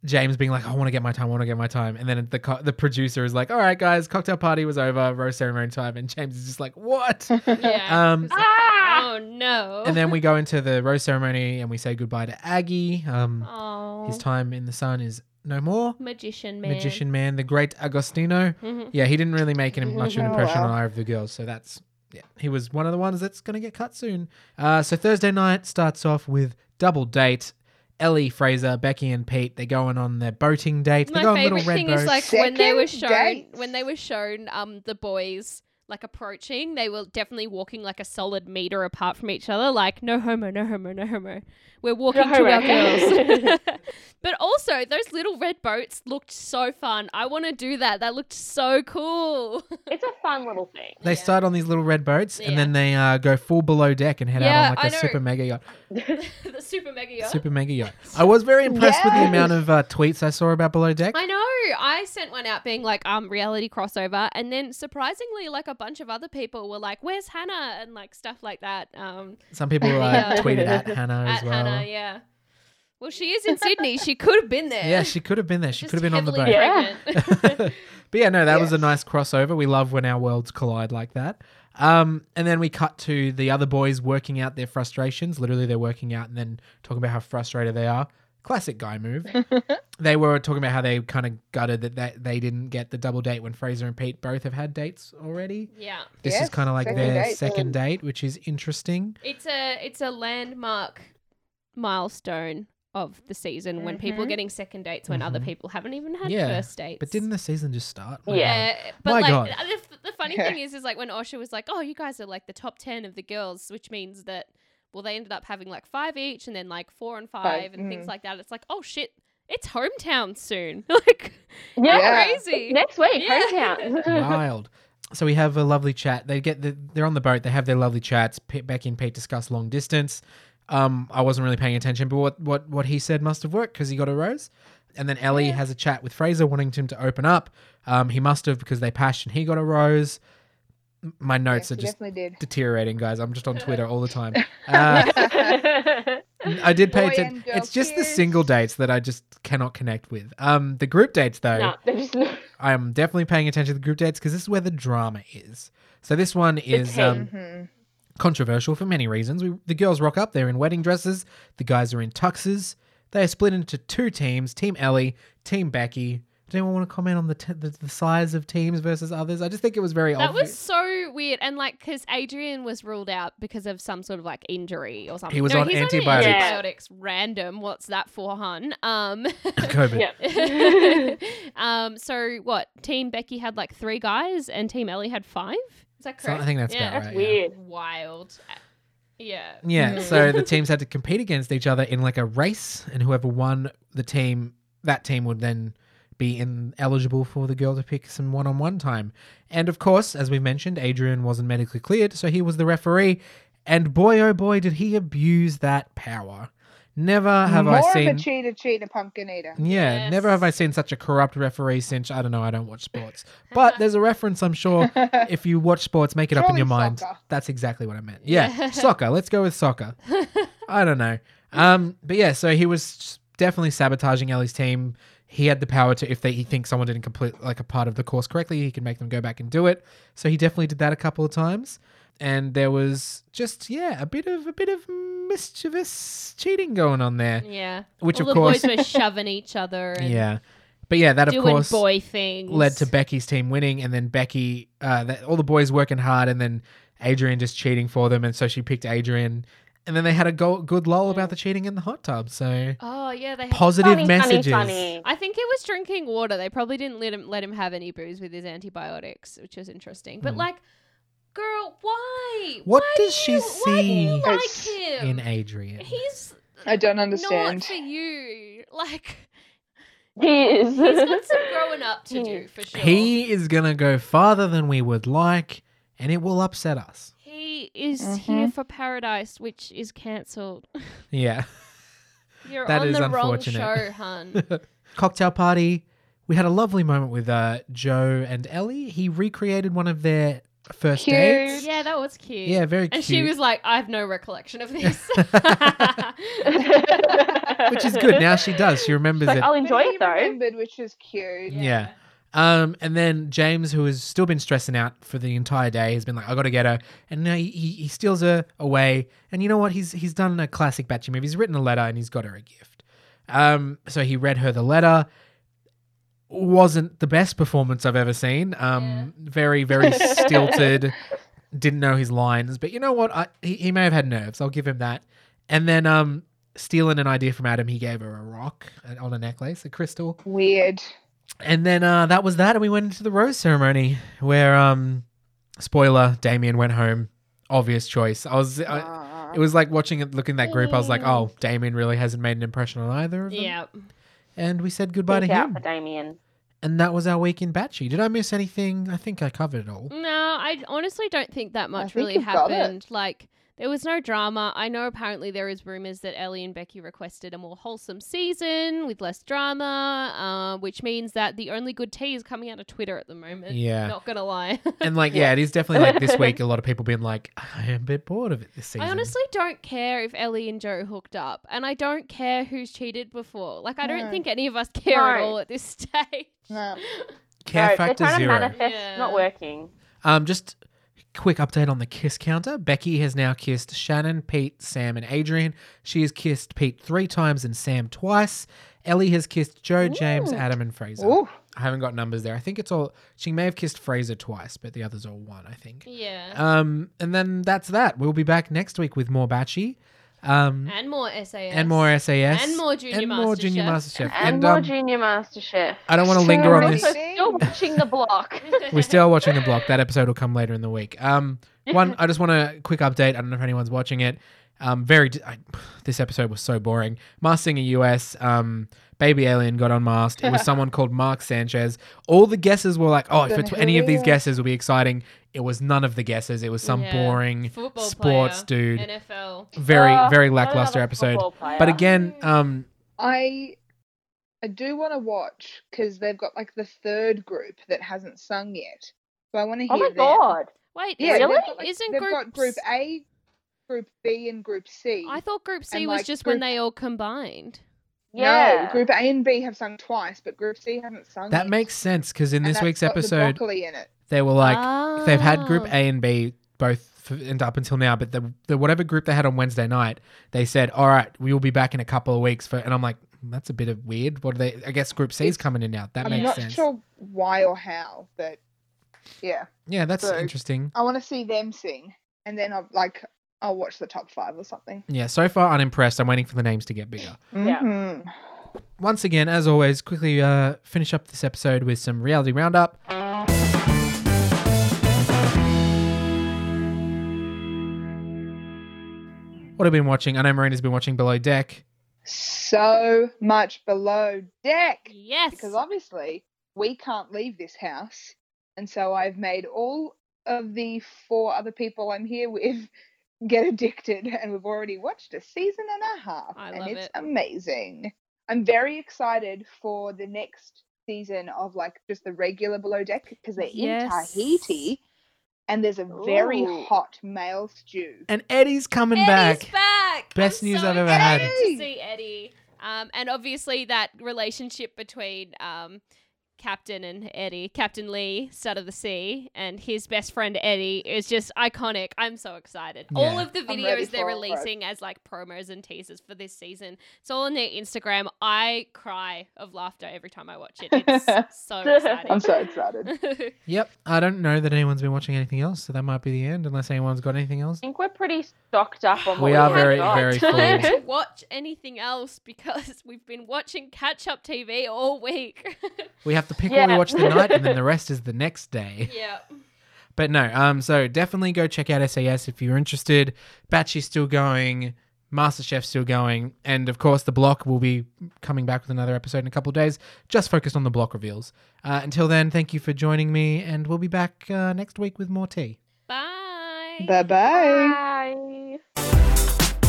S1: James being like, I want to get my time, I want to get my time, and then the co- the producer is like, All right, guys, cocktail party was over, rose ceremony time, and James is just like, What?
S2: Yeah.
S1: Um,
S3: Ah!
S2: oh no.
S1: and then we go into the rose ceremony and we say goodbye to Aggie. Um,
S2: oh,
S1: his time in the sun is no more.
S2: magician man.
S1: Magician man, the great Agostino.
S2: Mhm.
S1: Yeah, he didn't really make any much of an
S2: Mm-hmm.
S4: Oh,
S1: impression
S4: wow.
S1: on either of the girls, so that's yeah, he was one of the ones that's going to get cut soon. Uh, so Thursday night starts off with double date. Ellie, Fraser, Becky, and Pete. They're going on their boating date. They
S2: My
S1: go on little
S2: favorite
S1: red
S2: thing
S1: boat.
S2: is like when they were
S4: Second
S2: shown
S4: date.
S2: when they were shown um the boys like approaching, they were definitely walking like a solid meter apart from each other, like no homo, no homo, no homo. We're walking to
S3: homo.
S2: our girls. but also, those little red boats looked so fun. I want to do that. That looked so cool.
S3: It's a fun little thing.
S1: They
S2: Yeah.
S1: start on these little red boats
S2: Yeah.
S1: and then they uh, go full below deck and head
S2: Yeah,
S1: out on
S2: I
S1: like a
S2: know.
S1: super mega yacht.
S2: the super mega yacht.
S1: Super mega yacht. I was very impressed with the
S4: Yes.
S1: amount of uh, tweets I saw about below deck.
S2: I know. I sent one out being like, um, reality crossover, and then surprisingly, like a bunch of other people were like, "Where's Hannah?" and like stuff like that. Um,
S1: Some people uh,
S2: Yeah.
S1: tweeted at Hannah
S2: at
S1: as well.
S2: Hannah, yeah. Well, she is in Sydney. She could have been there.
S1: yeah, she could have been there. She
S2: Just
S1: could have been on the boat.
S2: heavily
S3: Yeah.
S2: pregnant.
S1: but yeah, no, that was a
S4: Yes.
S1: nice crossover. We love when our worlds collide like that. Um, and then we cut to the other boys working out their frustrations. Literally, they're working out and then talking about how frustrated they are. Classic guy move. they were talking about how they kind of gutted that they, they didn't get the double date when Fraser and Pete both have had dates already.
S2: yeah.
S1: This is
S4: Yes,
S1: kind of like
S4: second
S1: their
S4: date.
S1: second date, which is interesting.
S2: It's a it's a landmark milestone of the season when people are
S4: Mhm.
S2: getting second dates when other
S1: Mhm.
S2: people haven't even had
S1: Yeah,
S2: first dates.
S1: But didn't the season just start? My God.
S2: Yeah, but
S1: My
S2: like
S1: God.
S2: The, the funny
S4: Yeah.
S2: thing is, is like when Osha was like, "Oh, you guys are like the top ten of the girls," which means that well, they ended up having like five each, and then like four and five, and things
S4: mm.
S2: like that. It's like, oh shit, it's hometown soon, like
S3: Yeah.
S2: crazy.
S3: Next week,
S2: Yeah.
S3: hometown.
S1: Wild. So we have a lovely chat. They get the, they're on the boat. They have their lovely chats. P- Becky and Pete discuss long distance. Um, I wasn't really paying attention, but what what what he said must have worked because he got a rose. And then Ellie has a chat with Fraser, wanting him to open up. Um, he must have because they pashed and he got a rose. M- My notes
S4: Yes,
S1: are
S4: you
S1: just
S4: definitely did.
S1: deteriorating, guys. I'm just on Twitter all the time. Uh, I did pay
S4: Boy
S1: attention.
S4: and girl
S1: It's just the
S4: cheers.
S1: single dates that I just cannot connect with. Um, the group dates though.
S3: no, they're just not.
S1: I am definitely paying attention to the group dates because this is where the drama is. So this one is
S3: heat.
S1: um,
S2: Mm-hmm.
S4: Mhm.
S1: controversial for many reasons. We, the girls rock up; they're in wedding dresses. The guys are in tuxes. They are split into two teams: Team Ellie, Team Becky. Does anyone want to comment on the, t- the the size of teams versus others? I just think it was very
S2: that was
S1: obvious.
S2: so weird. And like, because Adrian was ruled out because of some sort of like injury or something.
S1: He was
S2: no,
S1: on
S2: he's
S1: antibiotics.
S2: On
S3: Yeah.
S2: antibiotics. Random. What's that for, hun? Um.
S1: COVID.
S3: Yeah.
S2: um. So what? Team Becky had like three guys, and Team Ellie had five. Is that
S1: So I
S2: correct?
S1: think that's
S2: yeah.
S1: about
S3: That's
S1: right. yeah.
S3: weird.
S2: Wild. Uh, Yeah.
S1: Yeah,
S4: Mm.
S1: so the teams had to compete against each other in like a race, and whoever won the team, that team would then be in, eligible for the girl to pick some one on one time. And of course, as we mentioned, Adrian wasn't medically cleared, so he was the referee. And boy, oh boy, did he abuse that power. Never have
S4: More
S1: I seen.
S4: of a cheater, cheater, pumpkin eater.
S1: Yeah, never have I
S2: Yes.
S1: seen such a corrupt referee since I don't know, I don't watch sports. But there's a reference I'm sure if you watch sports, make it up in
S4: Surely
S1: your mind.
S4: soccer.
S1: That's exactly what I meant. Yeah, soccer. Let's go with soccer. I don't know. Um, but yeah, so he was definitely sabotaging Ellie's team. He had the power to if they he thinks someone didn't complete like a part of the course correctly, he can make them go back and do it. So he definitely did that a couple of times. And there was just yeah, a bit of a bit of mischievous cheating going on there,
S2: Yeah.
S1: which
S2: All
S1: of
S2: the
S1: course
S2: boys were shoving each other and
S1: yeah. But yeah, that of
S2: doing
S1: course
S2: boy things.
S1: led to Becky's team winning, and then Becky, uh, that, all the boys working hard, and then Adrian just cheating for them, and so she picked Adrian, and then they had a go- good lol about the cheating in the hot tub. So
S2: Oh yeah, they.
S1: positive
S3: Funny, funny,
S1: messages.
S3: funny.
S2: I think he was drinking water. They probably didn't let him let him have any booze with his antibiotics, which is interesting. But
S1: Hmm.
S2: like, girl, why?
S1: What
S2: Why
S1: does
S2: do
S1: she
S2: you- Why do you
S1: see
S2: like
S4: It's
S2: him?
S1: In Adrian,
S2: He's
S4: I don't
S2: not
S4: understand.
S2: for you. Like,
S3: He
S2: he's
S3: is.
S2: got some growing up to
S3: He
S2: do
S3: is.
S2: for sure.
S1: he is gonna go farther than we would like, and it will upset us.
S2: He is
S4: Mhm.
S2: here for paradise, which is cancelled.
S1: Yeah.
S2: You're
S1: That
S2: on
S1: is
S2: the wrong
S1: unfortunate.
S2: show, hun.
S1: cocktail party. We had a lovely moment with uh, Joe and Ellie. He recreated one of their first
S4: Cute.
S1: dates.
S2: yeah, that was cute.
S1: Yeah, very
S2: and
S1: cute.
S2: she was like, "I have no recollection of this."
S1: which is good. Now she does. She remembers
S3: like, "Oh,
S1: it.
S3: I'll
S4: But
S3: enjoy
S4: he
S3: it though.
S4: remembered, which is cute.
S1: Yeah. Um, and then James, who has still been stressing out for the entire day, has been like, "I got to get her," and now he, he, he steals her away. And you know what? He's he's done a classic Batchy move. He's written a letter and he's got her a gift. Um, so he read her the letter. Wasn't the best performance I've ever seen. Um, very very stilted. Didn't know his lines, but you know what? I, he, he may have had nerves. I'll give him that. And then um, stealing an idea from Adam, he gave her a rock uh, on a necklace, a crystal.
S4: Weird.
S1: And then uh, that was that, and we went into the rose ceremony where um, Spoiler: Damien went home. Obvious choice. I was. I,
S4: Ah.
S1: it was like watching it, looking at that group. I was like, oh, Damien really hasn't made an impression on either of them.
S2: Yeah.
S1: And we said goodbye
S3: Look
S1: to
S3: out
S1: him.
S3: for Damien.
S1: And that was our week in Batchy. Did I miss anything? I think I covered it all.
S2: No, I honestly don't think that much
S4: think
S2: really
S4: you've got it.
S2: happened. Like there was no drama. I know apparently there is rumors that Ellie and Becky requested a more wholesome season with less drama, uh, which means that the only good tea is coming out of Twitter at the moment.
S1: Yeah.
S2: Not gonna lie.
S1: And like, yeah, it is definitely like this week. A lot of people being like, I am a bit bored of it this season.
S2: I honestly don't care if Ellie and Joe hooked up, and I don't care who's cheated before. Like I don't
S4: No.
S2: think any of us care at
S3: No.
S2: all at this stage.
S4: No.
S1: care
S3: no, they're
S1: factor
S3: trying
S1: zero.
S3: to manifest
S2: Yeah.
S3: not working.
S1: Um, just quick update on the kiss counter. Becky has now kissed Shannon, Pete, Sam, and Adrian. She has kissed Pete three times and Sam twice. Ellie has kissed Joe, James, Adam, and Fraser.
S4: Ooh.
S1: I haven't got numbers there. I think it's all. She may have kissed Fraser twice, but the others are one. I think.
S2: Yeah.
S1: Um, and then that's that. We'll be back next week with more Batchy. Um,
S2: and more SAS.
S1: and more SAS
S2: Ah, And more Junior
S1: and more Junior
S2: MasterChef.
S1: MasterChef.
S3: And,
S1: And,
S3: more
S1: um,
S3: Junior Master Chef.
S1: I don't want to linger on
S4: Sorry.
S1: this.
S3: Still watching the block.
S1: We're still watching the block. That episode will come later in the week. Um, one, I just want a quick update. I don't know if anyone's watching it. Um, very. d I this episode was so boring. Masked Singer US. Um, Baby Alien got unmasked. It was someone called Mark Sanchez. All the guesses were like, oh, if
S4: Don't
S1: it's
S4: know who
S1: any of
S4: he
S1: these
S4: is.
S1: guesses, will be exciting. It was none of the guesses. It was some
S2: Yeah.
S1: boring
S2: Football
S1: sports
S2: player,
S1: dude.
S2: NFL.
S1: Very,
S3: Oh,
S1: very
S3: not
S1: lackluster
S3: another
S1: episode.
S3: football player.
S1: But again, um,
S4: I I do want to watch because they've got like the third group that hasn't sung yet. So I want to hear
S3: oh my
S4: them.
S3: god,
S2: Wait,
S4: Yeah,
S2: is-
S4: they've
S3: Really?
S4: got, like-
S2: Isn't
S4: they've
S2: group
S4: got group
S2: s-
S4: A, group B, and group C.
S2: I thought Group C
S4: And,
S2: was
S4: like,
S2: just when
S4: group-
S2: they all combined.
S3: yeah.
S4: No, group A and B have sung twice, but group C hasn't sung.
S1: that
S4: yet.
S1: makes sense because in
S4: And
S1: this
S4: that's
S1: week's
S4: got the
S1: episode,
S4: broccoli in it.
S1: they were like,
S2: Ah.
S1: they've had
S4: Oh.
S1: group A and B both f- and up until now, but the, the whatever group they had on Wednesday night, they said, "All right, we will be back in a couple of weeks." For and I'm like, that's a bit of weird. What are they? I guess group C's coming in now. That
S4: I'm
S1: makes
S4: not
S1: sense.
S4: sure why or how, but yeah,
S1: Yeah, that's
S4: So-
S1: interesting.
S4: I want to see them sing, and then I'll like I'll watch the top five or something.
S1: Yeah, so far unimpressed. I'm waiting for the names to get bigger.
S3: Yeah.
S4: Mhm.
S1: Once again, as always, quickly uh, finish up this episode with some reality roundup. What I've been watching, I know Marina's been watching Below Deck.
S4: So much below deck.
S2: Yes.
S4: because obviously we can't leave this house. And so I've made all of the four other people I'm here with get addicted, and we've already watched a season and a half.
S2: I
S4: and
S2: love
S4: it's
S2: it.
S4: amazing. I'm very excited for the next season of like just the regular below deck because they're in
S2: Yes.
S4: Tahiti and there's a very
S3: Ooh.
S4: hot male stew.
S1: And Eddie's coming
S2: Eddie's
S1: back.
S2: back.
S1: Best
S2: I'm
S1: news
S2: so
S1: I've ever
S2: excited
S4: had.
S2: To see Eddie. Um, and obviously that relationship between um, Captain and Eddie, Captain Lee, Son of the Sea, and his best friend Eddie is just iconic. I'm so excited. All
S1: Yeah.
S2: of the
S4: I'm ready
S2: videos they're
S4: for it.
S2: releasing as like promos and teasers for this season. It's all on their Instagram. I cry of laughter every time I watch it. It's so exciting.
S4: I'm so excited.
S1: Yep. I don't know that anyone's been watching anything else, so that might be the end, unless anyone's got anything else.
S3: I think we're pretty stocked up on.
S1: We
S3: what
S1: are
S3: have
S1: very,
S3: got.
S1: very
S2: time
S1: full.
S2: to watch anything else because we've been watching catch up TV all week.
S1: We have to pick what we
S3: Yeah.
S1: watch the night, and then the rest is the next day.
S2: yeah.
S1: But no, um, so definitely go check out SAS if you're interested. Batchy's still going, MasterChef's still going, and of course the block will be coming back with another episode in a couple of days, just focused on the block reveals. Uh, until then, thank you for joining me, and we'll be back uh, next week with more tea.
S2: Bye.
S4: Bye bye.
S3: Bye.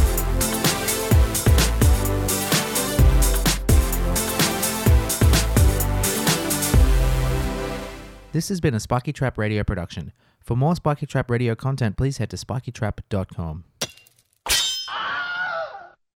S5: This has been a Spiky Trap Radio production. For more Spiky Trap Radio content, please head to spikytrap.com.